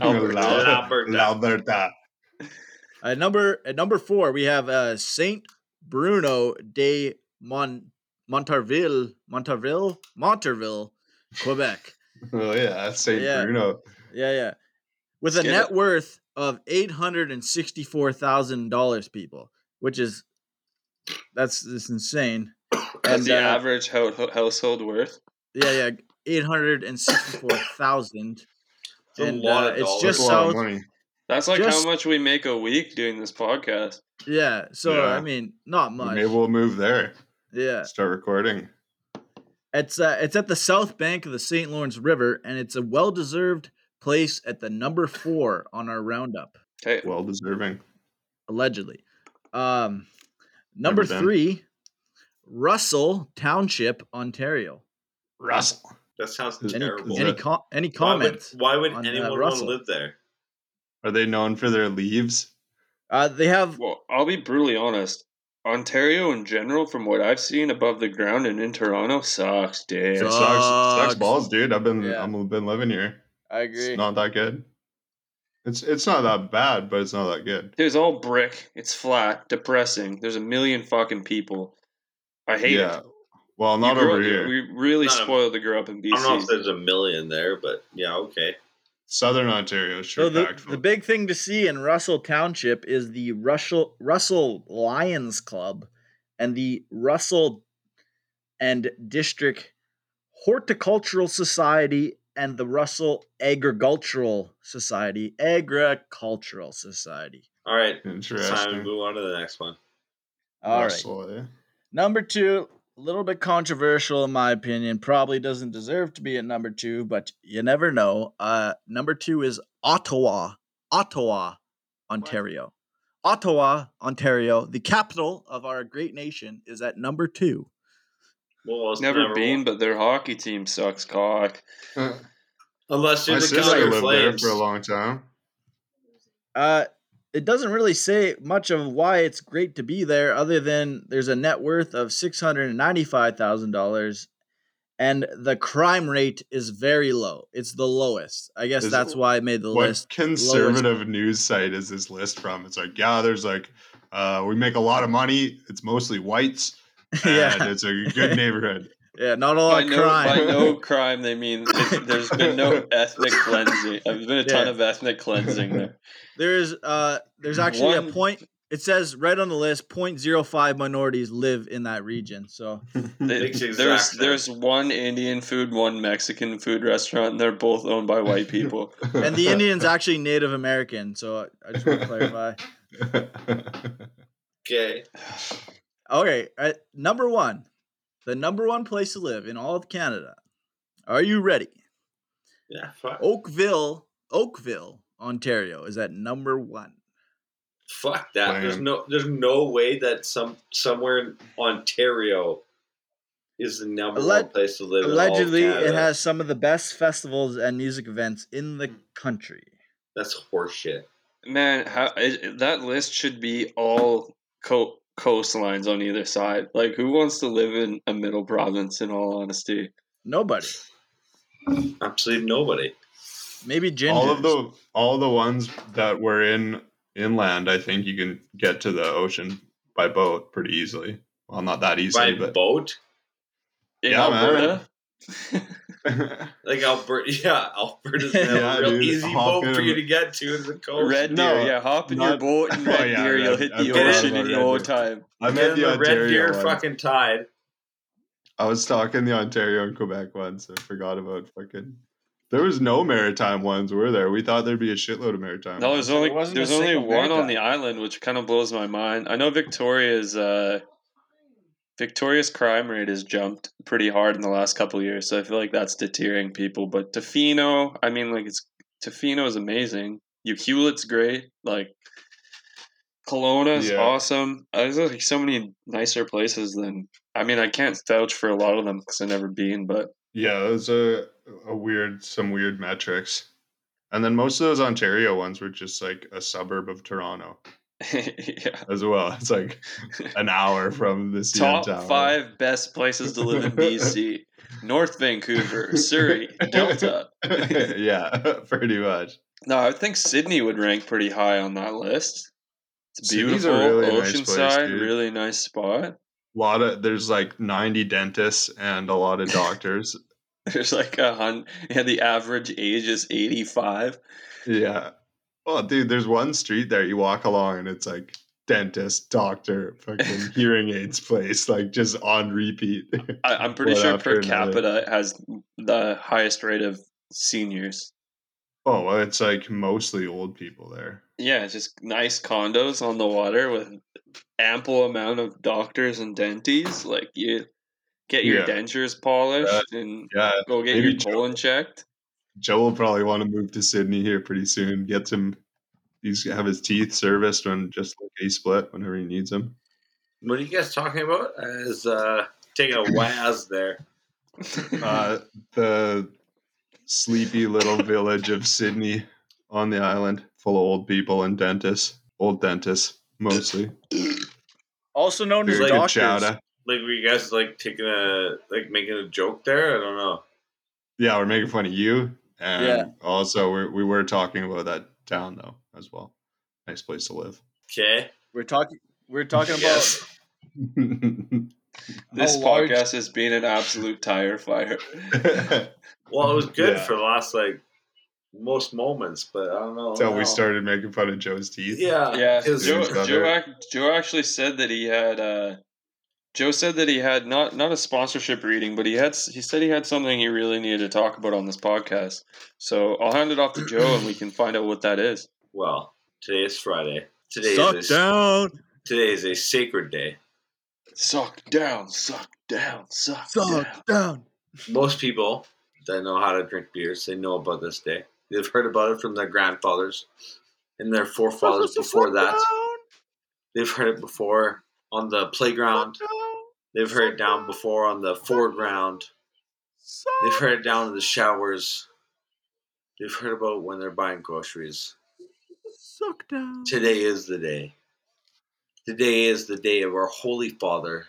Speaker 3: Alberta.
Speaker 4: Alberta.
Speaker 2: Alberta.
Speaker 1: at number at number four, we have uh, Saint Bruno de Mon Montarville, Montarville, Montarville, Quebec.
Speaker 2: Oh yeah, that's Saint
Speaker 1: Yeah.
Speaker 2: Bruno.
Speaker 1: Yeah, yeah. With
Speaker 3: Let's
Speaker 1: a
Speaker 3: get
Speaker 1: net worth of eight hundred and sixty-four thousand dollars, people, which is that's that's insane.
Speaker 3: That's the
Speaker 1: uh,
Speaker 3: average ho- ho- household worth.
Speaker 1: yeah, yeah, eight hundred and sixty-four thousand.
Speaker 4: It's a
Speaker 1: And,
Speaker 4: lot
Speaker 1: uh,
Speaker 4: of
Speaker 1: it's
Speaker 4: dollars.
Speaker 2: That's
Speaker 1: Just
Speaker 2: a lot
Speaker 1: south-
Speaker 2: of money.
Speaker 3: That's like
Speaker 1: Just-
Speaker 3: how much we make a week doing this podcast.
Speaker 1: Yeah, so
Speaker 2: Yeah.
Speaker 1: I mean, not much.
Speaker 2: Maybe we'll move there.
Speaker 1: Yeah,
Speaker 2: Start recording.
Speaker 1: it's uh, it's at the south bank of the St. Lawrence River, and it's a well-deserved place at the number four on our roundup,
Speaker 3: Okay.
Speaker 2: Well deserving.
Speaker 1: allegedly. Um, number
Speaker 2: Never been.
Speaker 1: three, Russell Township, Ontario.
Speaker 2: Russell.
Speaker 4: that sounds
Speaker 2: Is-
Speaker 1: Any
Speaker 4: terrible.
Speaker 2: is
Speaker 1: any
Speaker 2: it-
Speaker 1: com- any
Speaker 4: Why would,
Speaker 1: comments?
Speaker 4: why would
Speaker 1: on, uh,
Speaker 4: anyone want to
Speaker 1: Russell?
Speaker 4: live there?
Speaker 2: Are they known for their leaves?
Speaker 1: Uh, they have
Speaker 3: Well, I'll be brutally honest. Ontario in general, from what I've seen above the ground and in Toronto, sucks, dick.
Speaker 2: It
Speaker 1: So-
Speaker 2: sucks.
Speaker 1: Sucks.
Speaker 2: Sucks balls, dude. I've been
Speaker 1: Yeah.
Speaker 2: I've been living here.
Speaker 1: I
Speaker 2: It's not that good. It's it's not that bad, but it's not that good.
Speaker 3: There's all brick. It's flat, depressing. There's a million fucking people. I hate
Speaker 2: yeah.
Speaker 3: it.
Speaker 2: Well,
Speaker 3: You
Speaker 2: not
Speaker 3: grew
Speaker 2: over
Speaker 3: up-
Speaker 2: here.
Speaker 3: We really
Speaker 4: Not a-
Speaker 3: spoiled to grow up in BC.
Speaker 4: I don't know if there's a million there, but yeah, okay.
Speaker 2: Southern Ontario, is sure.
Speaker 1: So the,
Speaker 2: packed
Speaker 1: the
Speaker 2: full-
Speaker 1: big thing to see in Russell Township is the Russell Russell Lions Club and the Russell and District Horticultural Society and the Russell Agricultural Society Agricultural Society.
Speaker 4: All right, it's time to
Speaker 2: Interesting.
Speaker 4: move on to the next one.
Speaker 1: All right.
Speaker 2: Russell, eh?
Speaker 1: Number 2, a little bit controversial in my opinion, probably doesn't deserve to be at number 2, but you never know. Uh number 2 is Ottawa, Ottawa, Ontario. Ottawa, Ontario, the capital of our great nation is at number 2.
Speaker 4: Well, it's
Speaker 3: Never been,
Speaker 4: one.
Speaker 3: but their hockey team sucks cock.
Speaker 2: Uh,
Speaker 4: unless
Speaker 2: My
Speaker 4: you're the
Speaker 2: sister
Speaker 4: Calgary
Speaker 2: lived there
Speaker 4: Flames.
Speaker 2: for a long time.
Speaker 1: Uh it doesn't really say much of why it's great to be there other than there's a net worth of $695,000 and the crime rate is very low. It's the lowest. I guess
Speaker 2: Is-
Speaker 1: that's why I made the
Speaker 2: what
Speaker 1: list.
Speaker 2: conservative news site is this list from? It's like, yeah, there's like, uh, we make a lot of money. It's mostly whites, and it's a good neighborhood.
Speaker 1: Yeah, not a
Speaker 2: Oh,
Speaker 1: lot
Speaker 3: By
Speaker 1: of
Speaker 3: no, by
Speaker 1: crime.
Speaker 3: no crime, they mean it, there's been no ethnic cleansing. There's been a ton
Speaker 1: Yeah.
Speaker 3: of ethnic cleansing there.
Speaker 1: There's uh there's actually
Speaker 3: One-
Speaker 1: a point it says right on the list 0.05 minorities live in that region. So
Speaker 3: They-
Speaker 4: Makes exact
Speaker 3: there's
Speaker 4: sense.
Speaker 3: there's one Indian food, one Mexican food restaurant, and they're both owned by white people.
Speaker 1: and the Indians actually Native American, so I- I just want to clarify.
Speaker 4: Okay.
Speaker 1: Okay, uh, number 1. The number one place to live in all of Canada. Are you ready?
Speaker 4: Yeah. Fuck.
Speaker 1: Oakville, Oakville, Ontario is at number 1.
Speaker 4: Fuck that. There's
Speaker 2: Lame.
Speaker 4: no. There's no way that some somewhere in Ontario is the number
Speaker 1: Alleg-
Speaker 4: one place to live. in all of
Speaker 1: Allegedly, it
Speaker 4: Canada.
Speaker 1: has some of the best festivals and music events in the country.
Speaker 4: That's horseshit.
Speaker 3: Man, how, it, that list should be all co- coastlines on either side. Like, who wants to live in a middle province? In all honesty,
Speaker 1: Nobody.
Speaker 4: Absolutely nobody.
Speaker 1: Maybe ginger.
Speaker 2: all of the all the ones that were in inland, I think you can get to the ocean by boat pretty easily. Well, not that easily,
Speaker 4: By
Speaker 2: but
Speaker 4: boat,
Speaker 3: in
Speaker 2: Yeah, man.
Speaker 3: Alberta,
Speaker 4: like Alberta. Yeah, Alberta's
Speaker 2: Yeah,
Speaker 4: a real
Speaker 2: dude.
Speaker 4: easy
Speaker 2: Hop
Speaker 4: boat for
Speaker 2: in.
Speaker 4: you to get to is the coast.
Speaker 3: Red
Speaker 2: No,
Speaker 3: Deer. Yeah, hop in your
Speaker 2: not-
Speaker 3: boat in
Speaker 2: Oh,
Speaker 3: Red
Speaker 2: yeah,
Speaker 3: Deer. You'll
Speaker 2: Red-
Speaker 3: hit
Speaker 2: I've
Speaker 3: the
Speaker 2: heard
Speaker 3: ocean
Speaker 2: about
Speaker 3: in
Speaker 2: Red
Speaker 3: no
Speaker 2: Deer.
Speaker 3: time.
Speaker 2: I
Speaker 4: Get
Speaker 2: met
Speaker 4: in
Speaker 2: the
Speaker 4: the Red Deer
Speaker 2: Ontario one.
Speaker 4: fucking tide.
Speaker 2: I was talking the Ontario and Quebec ones. I forgot about fucking. There was no maritime ones, were there? We thought there'd be a shitload of maritime.
Speaker 3: No,
Speaker 2: ones.
Speaker 3: there's only
Speaker 1: There wasn't
Speaker 3: there's
Speaker 1: a
Speaker 3: only
Speaker 1: single
Speaker 3: one on
Speaker 1: maritime.
Speaker 3: the island, which kind of blows my mind. I know Victoria's uh, Victoria's crime rate has jumped pretty hard in the last couple of years, so I feel like that's deterring people. But Tofino, I mean, like it's Tofino is amazing. You Hewlett's great. Like Kelowna's
Speaker 2: Yeah.
Speaker 3: awesome. Uh, There's like so many nicer places than. I mean, I can't vouch for a lot of them because I've never been, but
Speaker 2: Yeah, those are a weird, some weird metrics. And then most of those Ontario ones were just like a suburb of Toronto
Speaker 3: yeah.
Speaker 2: as well. It's like an hour from the CN
Speaker 3: Top
Speaker 2: Tower.
Speaker 3: five best places to live in BC: North Vancouver, Surrey, Delta.
Speaker 2: yeah, pretty much.
Speaker 3: No, I would think Sydney would rank pretty high on that list. It's
Speaker 2: Sydney's a
Speaker 3: beautiful,
Speaker 2: really nice place,
Speaker 3: Oceanside,
Speaker 2: dude.
Speaker 3: really nice spot.
Speaker 2: lot of there's like 90 dentists and a lot of doctors.
Speaker 3: There's like a hundred. Yeah, the average age is 85.
Speaker 2: yeah. Oh, dude, there's one street there you walk along and it's like dentist, doctor, fucking hearing aids place, like just on repeat.
Speaker 3: I, I'm pretty
Speaker 2: One
Speaker 3: sure
Speaker 2: after
Speaker 3: per
Speaker 2: another.
Speaker 3: capita it has the highest rate of seniors.
Speaker 2: Oh, well, it's like mostly old people there.
Speaker 3: Yeah, it's just nice condos on the water with ample amount of doctors and denties. Like you get your
Speaker 2: Yeah.
Speaker 3: dentures polished and
Speaker 2: Yeah,
Speaker 3: go get
Speaker 2: maybe
Speaker 3: your
Speaker 2: Joe-
Speaker 3: colon checked.
Speaker 2: Joe will probably want to move to Sydney here pretty soon. Get some, he's gonna have his teeth serviced when just like a split whenever he needs them.
Speaker 4: What are you guys talking about? As uh, taking a waz there.
Speaker 2: Uh, the sleepy little village of Sydney on the island, full of old people and dentists, old dentists mostly.
Speaker 1: Also known as
Speaker 2: Very good
Speaker 1: doctors.
Speaker 2: chowder.
Speaker 4: Like, were you guys like taking a like making a joke there? I don't know.
Speaker 2: Yeah, we're making fun of you, and
Speaker 1: Yeah.
Speaker 2: also we're, we were talking about that town though as well. Nice place to live.
Speaker 4: Okay.
Speaker 1: We're talking. We're talking
Speaker 4: Yes.
Speaker 3: this
Speaker 1: How large-
Speaker 3: podcast has been an absolute tire fire.
Speaker 4: Well, it was good
Speaker 2: Yeah.
Speaker 4: for the last like most moments, but I don't know.
Speaker 2: Until
Speaker 4: now.
Speaker 2: we started making fun of Joe's teeth.
Speaker 4: Yeah.
Speaker 3: Yeah,
Speaker 4: 'cause-
Speaker 3: Joe,
Speaker 2: It's not
Speaker 3: Joe,
Speaker 2: there.
Speaker 3: ac- Joe actually said that he had. Uh, Joe said that he had not not a sponsorship reading, but he had. s- He said he had something he really needed to talk about on this podcast. So I'll hand it off to Joe, and we can find out what that is.
Speaker 4: Well, today is Friday. Today
Speaker 1: about
Speaker 4: is a,
Speaker 1: down,
Speaker 4: today is a sacred day.
Speaker 3: Suck down, suck down, suck, down.
Speaker 1: down.
Speaker 4: Most people that know how to drink beers, they know about this day. They've heard about it from their grandfathers and their forefathers before that. They've heard it before on the playground. They've heard it down before on the foreground. They've heard it down in the showers. They've heard about when they're buying groceries.
Speaker 1: Suck down.
Speaker 4: Today is the day. Today is the day of our Holy Father,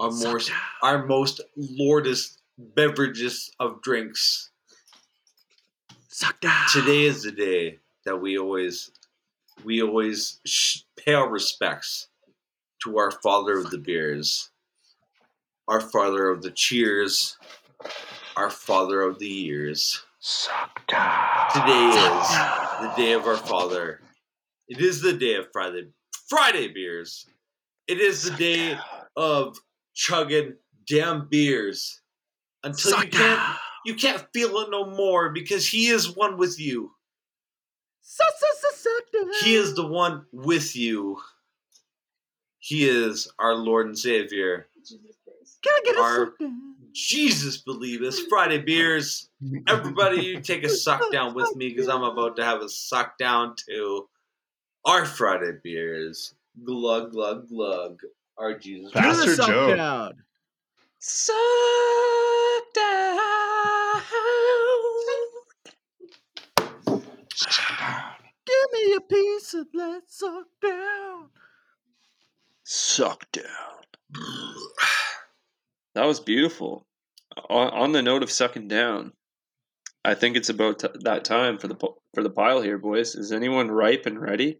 Speaker 4: our most, our most lordest beverages of drinks.
Speaker 1: Suck down.
Speaker 4: Today is the day that we always, we always sh- pay our respects to our Father of the beers, our Father of the cheers, our Father of the years. Today is the day of our Father. It is the day of Friday Friday beers. It is the day of chugging damn beers until you can't you can't feel it no more because He is one with you. He is the one with you. He is our Lord and Savior. Our Jesus believe us. Friday beers. Everybody, you take a suck down with me because I'm about to have a suck down to our Friday beers. Glug, glug, glug. Our Jesus.
Speaker 1: You're
Speaker 2: Bastard
Speaker 1: the suck
Speaker 2: Joe.
Speaker 1: down.
Speaker 3: Suck down.
Speaker 1: Give me a piece and let's suck down.
Speaker 3: Suck down. That was beautiful. On, on the note of sucking down, I think it's about t- that time for the po- for the pile here, boys. Is anyone ripe and ready?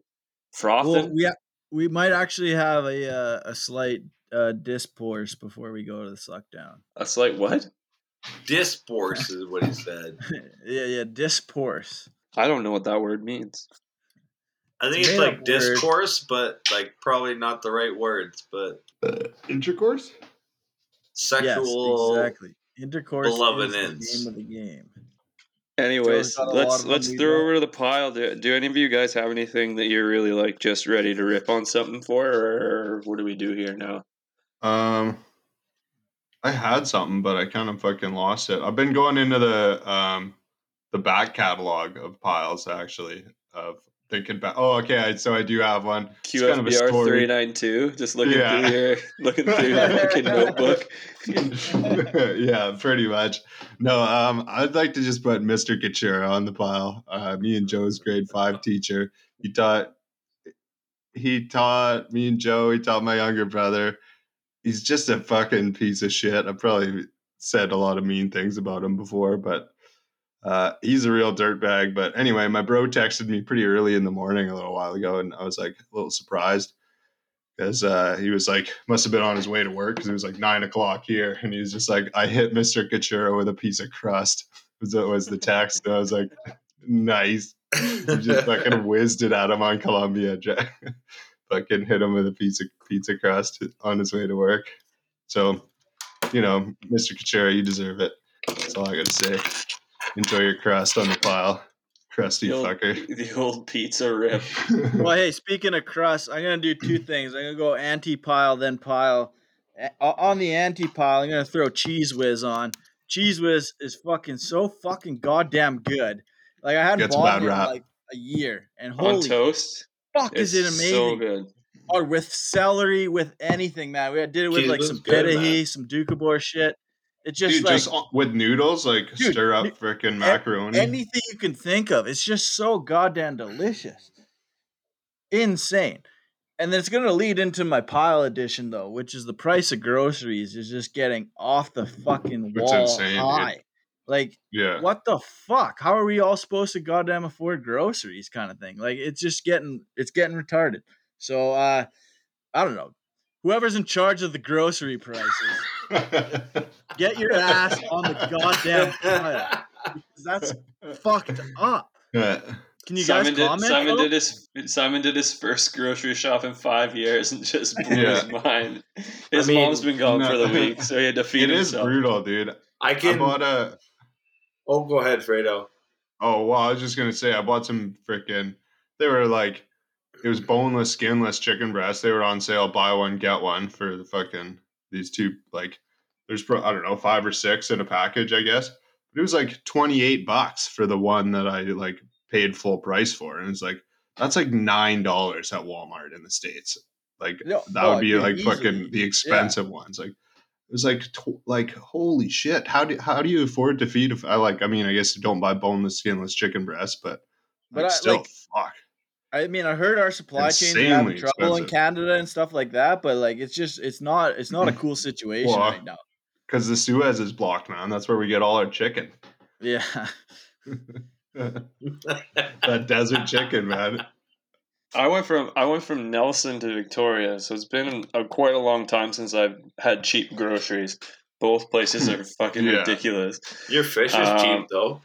Speaker 1: Well,
Speaker 3: Frothing.
Speaker 1: we ha- we might actually have a uh, a slight uh, discourse before we go to the suck down.
Speaker 3: That's like what?
Speaker 4: Discourse is what he said.
Speaker 1: yeah, yeah, discourse.
Speaker 3: I don't know what that word means.
Speaker 4: I think
Speaker 1: It's a
Speaker 4: it's
Speaker 1: made-up
Speaker 4: like
Speaker 1: word.
Speaker 4: discourse, but like probably not the right words, but
Speaker 2: Intercourse?
Speaker 4: sexual.
Speaker 1: Yes, exactly. Intercourse
Speaker 4: beloved
Speaker 1: is the
Speaker 4: ends.
Speaker 1: name of the game.
Speaker 3: Anyways,
Speaker 1: got a lot
Speaker 3: let's
Speaker 1: of them
Speaker 3: let's
Speaker 1: we
Speaker 3: throw
Speaker 1: know.
Speaker 3: over to the pile. Do, do any of you guys have anything that you're really like just ready to rip on something for, or what do we do here now?
Speaker 2: Um, I had something, but I kind of fucking lost it. I've been going into the um, the back catalog of piles actually of thinking back. Oh, okay, I, so I do have one. It's kind of a
Speaker 3: QFBR
Speaker 2: story.
Speaker 3: three nine two. Just looking
Speaker 2: Yeah.
Speaker 3: through your looking through your fucking notebook.
Speaker 2: yeah, pretty much. No, um, I'd like to just put Mr. Couture on the pile. Uh, me and Joe's grade five teacher. He taught. He taught me and Joe. He taught my younger brother. He's just a fucking piece of shit. I probably said a lot of mean things about him before, but uh, he's a real dirtbag. But anyway, my bro texted me pretty early in the morning a little while ago, and I was like a little surprised because uh, he was like must have been on his way to work because it was like nine o'clock here, and he was just like, "I hit Mister Couture with a piece of crust." Was that was the text? And I was like, "Nice." You just fucking whizzed it at him on Columbia. Jack. fucking hit him with a piece of pizza crust on his way to work. So, you know, Mr. Couture, you deserve it. That's all I gotta say. Enjoy your crust on the pile, crusty
Speaker 3: Yo.
Speaker 2: fucker.
Speaker 3: The old pizza rip.
Speaker 1: Well, hey, speaking of crust, I'm gonna do two things. I'm gonna go anti pile, then pile. A- o- on the anti pile, I'm gonna throw Cheese Whiz on. Cheese Whiz is fucking so fucking goddamn good. Like I hadn't
Speaker 2: Gets a bad
Speaker 1: bought it in
Speaker 2: rap.
Speaker 1: like a year, and
Speaker 3: on
Speaker 1: holy
Speaker 3: toast.
Speaker 1: fuck,
Speaker 3: It's
Speaker 1: is it amazing?
Speaker 3: so good.
Speaker 1: Or with celery, with anything, man. We did it with
Speaker 4: Cheese
Speaker 1: like
Speaker 4: Whiz
Speaker 1: some
Speaker 4: is good, man.
Speaker 1: pitahi, some dukabor shit. It's just
Speaker 2: Dude,
Speaker 1: like
Speaker 2: just on- with noodles, like
Speaker 1: Dude,
Speaker 2: stir
Speaker 1: n-
Speaker 2: up freaking macaroni.
Speaker 1: anything you can think of. It's just so goddamn delicious. Insane. And then it's going to lead into my pile edition, though, which is the price of groceries is just getting off the fucking
Speaker 2: It's
Speaker 1: wall
Speaker 2: insane, dude.
Speaker 1: high. Like,
Speaker 2: yeah.
Speaker 1: what the fuck? How are we all supposed to goddamn afford groceries kind of thing? Like, it's just getting, it's getting retarded. So, uh, I don't know. Whoever's in charge of the grocery prices, get your ass on the goddamn pile. because That's fucked up.
Speaker 2: Yeah.
Speaker 1: Can you
Speaker 3: Simon
Speaker 1: guys
Speaker 3: did,
Speaker 1: comment?
Speaker 3: Simon
Speaker 1: though?
Speaker 3: did his Simon did his first grocery shop in five years and just blew
Speaker 2: Yeah.
Speaker 3: his mind. His
Speaker 4: I mean,
Speaker 3: mom's been gone
Speaker 2: no.
Speaker 3: for the week, so he had to feed
Speaker 2: It is
Speaker 3: himself.
Speaker 2: brutal, dude.
Speaker 4: I
Speaker 2: I
Speaker 4: can.
Speaker 2: bought a.
Speaker 4: oh, go ahead, Fredo.
Speaker 2: Oh wow! I was just gonna say I bought some freaking. They were like, it was boneless, skinless chicken breasts. They were on sale, buy one get one for the fucking these two. Like, there's pro- I don't know five or six in a package, I guess. But it was like twenty eight bucks for the one that I like paid full price for, and it's like that's like nine dollars at Walmart in the states. Like
Speaker 1: No,
Speaker 2: that
Speaker 1: oh,
Speaker 2: would be
Speaker 1: dude,
Speaker 2: like
Speaker 1: easily.
Speaker 2: fucking the expensive ones. Like it was like tw- like holy shit. How do how do you afford to feed? If I like, I mean, I guess you don't buy boneless, skinless chicken breasts, but
Speaker 1: But
Speaker 2: like,
Speaker 1: I-
Speaker 2: still,
Speaker 1: like-
Speaker 2: fuck.
Speaker 1: I mean, I heard our supply chains are having
Speaker 2: Insanely
Speaker 1: trouble in
Speaker 2: expensive.
Speaker 1: Canada and stuff like that, but like it's just it's not it's not a cool situation
Speaker 2: Well,
Speaker 1: right now.
Speaker 2: Because the Suez is blocked, man. That's where we get all our chicken.
Speaker 1: Yeah.
Speaker 2: that desert chicken, man.
Speaker 3: I went from I went from Nelson to Victoria, so it's been a, quite a long time since I've had cheap groceries. Both places are fucking
Speaker 2: Yeah.
Speaker 3: ridiculous.
Speaker 4: Your fish is
Speaker 3: Um,
Speaker 4: cheap though.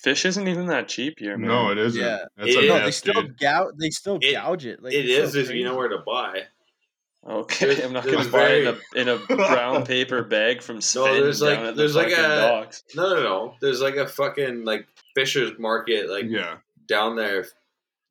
Speaker 3: Fish isn't even that cheap here, man.
Speaker 2: No, it isn't.
Speaker 1: Yeah.
Speaker 2: That's
Speaker 4: It
Speaker 2: a
Speaker 4: is.
Speaker 1: no,
Speaker 2: mess,
Speaker 1: they still
Speaker 2: dude.
Speaker 1: gouge they still
Speaker 4: It-
Speaker 1: gouge it. Like
Speaker 4: it
Speaker 1: it's
Speaker 4: is
Speaker 1: so
Speaker 4: if you know
Speaker 1: crazy.
Speaker 4: where to buy.
Speaker 3: Okay, I'm not
Speaker 4: There's
Speaker 3: gonna buy it in
Speaker 4: very-
Speaker 3: a in a brown paper bag from Sven
Speaker 4: there's
Speaker 3: down
Speaker 4: like-
Speaker 3: at the
Speaker 4: there's like
Speaker 3: fucking
Speaker 4: a-
Speaker 3: docks.
Speaker 4: No, no, no. There's like a fucking like fisher's market like
Speaker 2: yeah,
Speaker 4: down there,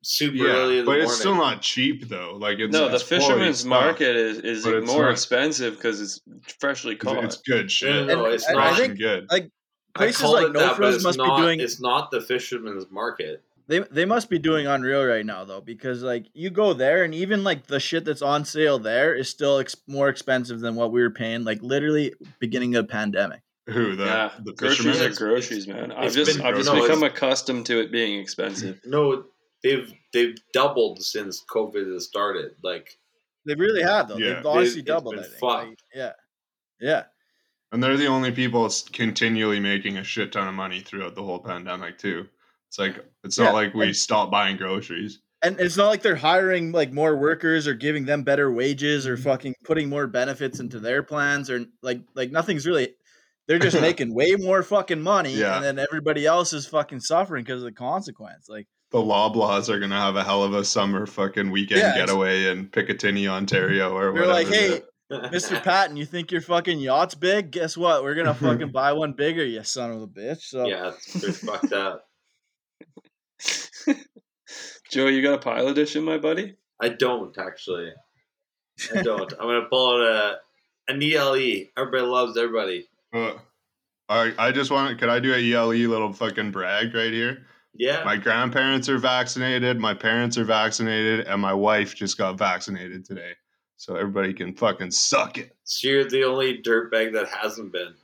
Speaker 4: super
Speaker 2: yeah,
Speaker 4: early in the
Speaker 2: but
Speaker 4: morning.
Speaker 2: it's still not cheap though. Like it's
Speaker 3: No, the
Speaker 2: it's quality
Speaker 3: fisherman's
Speaker 2: stuff,
Speaker 3: market is, is
Speaker 2: but it's
Speaker 3: more
Speaker 2: not-
Speaker 3: expensive because it's freshly
Speaker 2: It's,
Speaker 3: caught.
Speaker 2: it's good shit.
Speaker 4: No,
Speaker 1: And
Speaker 4: it's
Speaker 1: I- I
Speaker 4: not.
Speaker 2: Fresh
Speaker 1: think-
Speaker 2: and good.
Speaker 1: Places
Speaker 4: I called
Speaker 1: like
Speaker 4: it that, but
Speaker 1: Nofro's
Speaker 4: it's
Speaker 1: must be
Speaker 4: not,
Speaker 1: doing-
Speaker 4: It's not the fisherman's market.
Speaker 1: They they must be doing unreal right now though, because like you go there and even like the shit that's on sale there is still ex- more expensive than what we were paying like literally beginning of pandemic.
Speaker 2: Who the
Speaker 3: yeah,
Speaker 2: the
Speaker 3: groceries
Speaker 2: fisherman?
Speaker 3: are groceries, man. I've
Speaker 4: it's
Speaker 3: just
Speaker 2: been-
Speaker 3: I've just
Speaker 2: no, it's-
Speaker 3: become accustomed to it being expensive.
Speaker 4: No, they've they've doubled since COVID has started. Like
Speaker 1: They really have though.
Speaker 2: Yeah.
Speaker 1: They've honestly
Speaker 4: it's
Speaker 1: doubled.
Speaker 4: been
Speaker 1: I think. Like,
Speaker 4: fucked.
Speaker 1: yeah, yeah.
Speaker 2: And they're the only people s- continually making a shit ton of money throughout the whole pandemic too. It's like it's
Speaker 1: Yeah,
Speaker 2: not like we
Speaker 1: and-
Speaker 2: stopped buying groceries.
Speaker 1: And it's not like they're hiring like more workers or giving them better wages or fucking putting more benefits into their plans or like like nothing's really. They're just making way more fucking money,
Speaker 2: Yeah.
Speaker 1: and then everybody else is fucking suffering because of the consequence. Like,
Speaker 2: The Loblaws are gonna have a hell of a summer fucking weekend
Speaker 1: Yeah, it's-
Speaker 2: getaway in Picatinny, Ontario, or
Speaker 1: They're
Speaker 2: whatever.
Speaker 1: like,
Speaker 2: the-
Speaker 1: "Hey, Mister Patton, you think your fucking yacht's big? Guess what? We're gonna fucking buy one bigger, you son of a bitch. So
Speaker 4: yeah, it's pretty fucked up.
Speaker 3: Joe, you got a pile edition, my buddy?
Speaker 4: I don't actually. I don't. I'm gonna pull out a an ELE. E. Everybody loves everybody.
Speaker 2: Uh, I, I just want. Could I do a ELE little fucking brag right here?
Speaker 4: Yeah.
Speaker 2: My grandparents are vaccinated. My parents are vaccinated, and my wife just got vaccinated today. So everybody can fucking suck it.
Speaker 4: So you're the only dirtbag that hasn't been.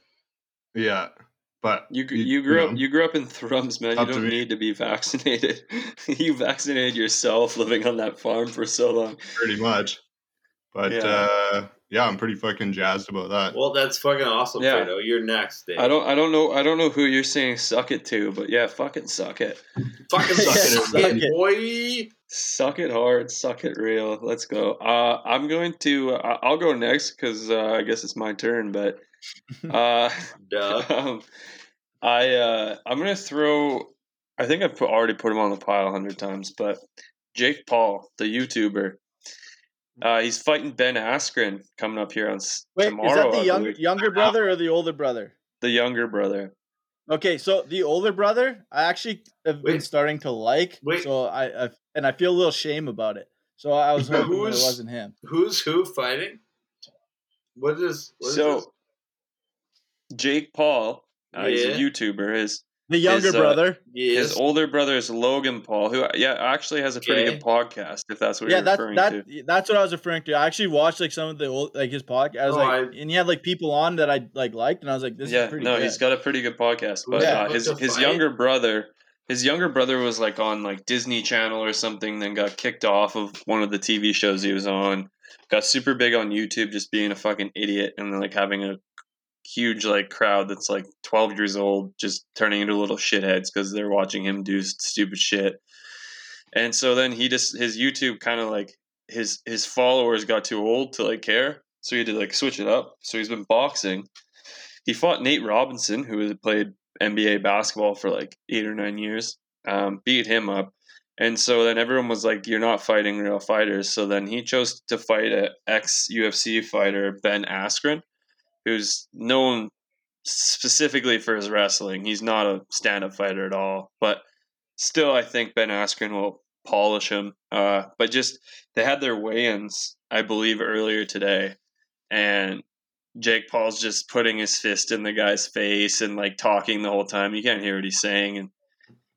Speaker 2: Yeah, but
Speaker 3: You, you, grew
Speaker 2: know.
Speaker 3: up you grew up in Thrums, man. You
Speaker 2: Up to
Speaker 3: don't
Speaker 2: me.
Speaker 3: need to be vaccinated. you vaccinated yourself living on that farm for so long.
Speaker 2: pretty much. But
Speaker 3: Yeah.
Speaker 2: yeah. uh yeah, I'm pretty fucking jazzed about that.
Speaker 4: Well, that's fucking awesome,
Speaker 3: Yeah.
Speaker 4: Fredo. You're next, Dave.
Speaker 3: I don't I don't know I don't know who you're saying suck it to, but yeah, fucking suck it.
Speaker 4: fucking
Speaker 1: Suck
Speaker 4: suck
Speaker 1: it,
Speaker 4: it,
Speaker 1: everybody.
Speaker 4: boy.
Speaker 3: Suck it hard, suck it real. Let's go. Uh, I'm going to uh, I'll go next because uh, I guess it's my turn. But uh,
Speaker 4: Duh.
Speaker 3: um, I uh, I'm gonna throw. I think I've put, already put him on the pile a hundred times, but Jake Paul, the YouTuber, uh, he's fighting Ben Askren coming up here on s-
Speaker 1: Mm-hmm. Wait,
Speaker 3: tomorrow.
Speaker 1: is that the
Speaker 3: I
Speaker 1: young,
Speaker 3: believe.
Speaker 1: younger brother or the older brother?
Speaker 3: the younger brother?
Speaker 1: Okay, so the older brother, I actually have been
Speaker 4: Wait.
Speaker 1: starting to like.
Speaker 4: Wait.
Speaker 1: So I, I and I feel a little shame about it. So I was hoping that it
Speaker 4: Who's-
Speaker 1: wasn't him.
Speaker 4: Who's who fighting? What is what is this?
Speaker 3: So Jake Paul, uh, he's a
Speaker 4: Yeah.
Speaker 3: YouTuber. His
Speaker 1: The younger
Speaker 3: Is, uh,
Speaker 1: brother.
Speaker 4: Yes.
Speaker 3: his older brother is Logan Paul, who yeah actually has a pretty
Speaker 4: Okay.
Speaker 3: good podcast. If that's what
Speaker 1: Yeah,
Speaker 3: you're
Speaker 1: that's
Speaker 3: referring
Speaker 1: that.
Speaker 3: to.
Speaker 1: That's what I was referring to. I actually watched like some of the old, like his podcast. I was
Speaker 4: Oh,
Speaker 1: like,
Speaker 4: I-
Speaker 1: and he had like people on that I like liked, and I was like, this is
Speaker 3: yeah,
Speaker 1: pretty.
Speaker 3: no,
Speaker 1: good.
Speaker 3: he's got a pretty good podcast. But
Speaker 1: Yeah.
Speaker 3: uh,
Speaker 4: What
Speaker 3: his
Speaker 4: the
Speaker 3: his
Speaker 4: fight?
Speaker 3: younger brother, his younger brother was like on like Disney Channel or something, then got kicked off of one of the TV shows he was on. Got super big on YouTube, just being a fucking idiot, and then like having a huge like crowd that's like 12 years old just turning into little shitheads because they're watching him do s- stupid shit and so then he just his youtube kind of like his his followers got too old to like care so he had to like switch it up so he's been boxing he fought nate robinson who had played nba basketball for like eight or nine years um, beat him up and so then everyone was like you're not fighting real fighters so then he chose to fight a ex ufc fighter ben askren who's known specifically for his wrestling. He's not a stand-up fighter at all, but still, I think Ben Askren will polish him. Uh, but just they had their weigh-ins, I believe, earlier today, and Jake Paul's just putting his fist in the guy's face and like talking the whole time. You can't hear what he's saying, and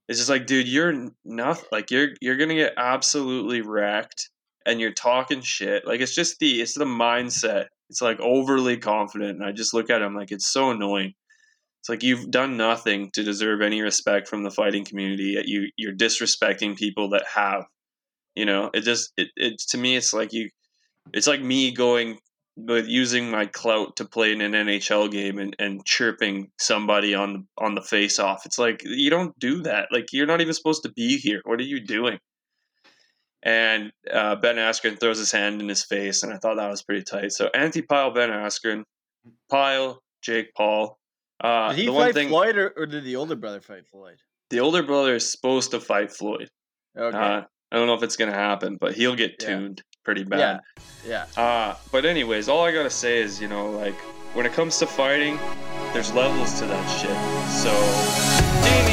Speaker 3: it's just like, dude, you're nothing. Like you're you're gonna get absolutely wrecked, and you're talking shit. Like it's just the it's the mindset. It's like overly confident, and I just look at him like it's so annoying. It's like you've done nothing to deserve any respect from the fighting community. Yet you you're disrespecting people that have. You know, it just it, it to me it's like you, it's like me going with using my clout to play in an NHL game and, and chirping somebody on the on the face off. It's like you don't do that. Like you're not even supposed to be here. What are you doing? And uh, Ben Askren throws his hand in his face, and I thought that was pretty tight. So anti pile Ben Askren, pile Jake Paul. Uh,
Speaker 1: did he
Speaker 3: the one
Speaker 1: fight
Speaker 3: thing
Speaker 1: Floyd, or, or did the older brother fight Floyd?
Speaker 3: the older brother is supposed to fight Floyd.
Speaker 1: Okay,
Speaker 3: Uh, I don't know if it's gonna happen, but he'll get
Speaker 1: Yeah.
Speaker 3: tuned pretty bad.
Speaker 1: Yeah. yeah.
Speaker 3: Uh, but anyways, all I gotta say is, you know, like when it comes to fighting, there's levels to that shit. So, Dini.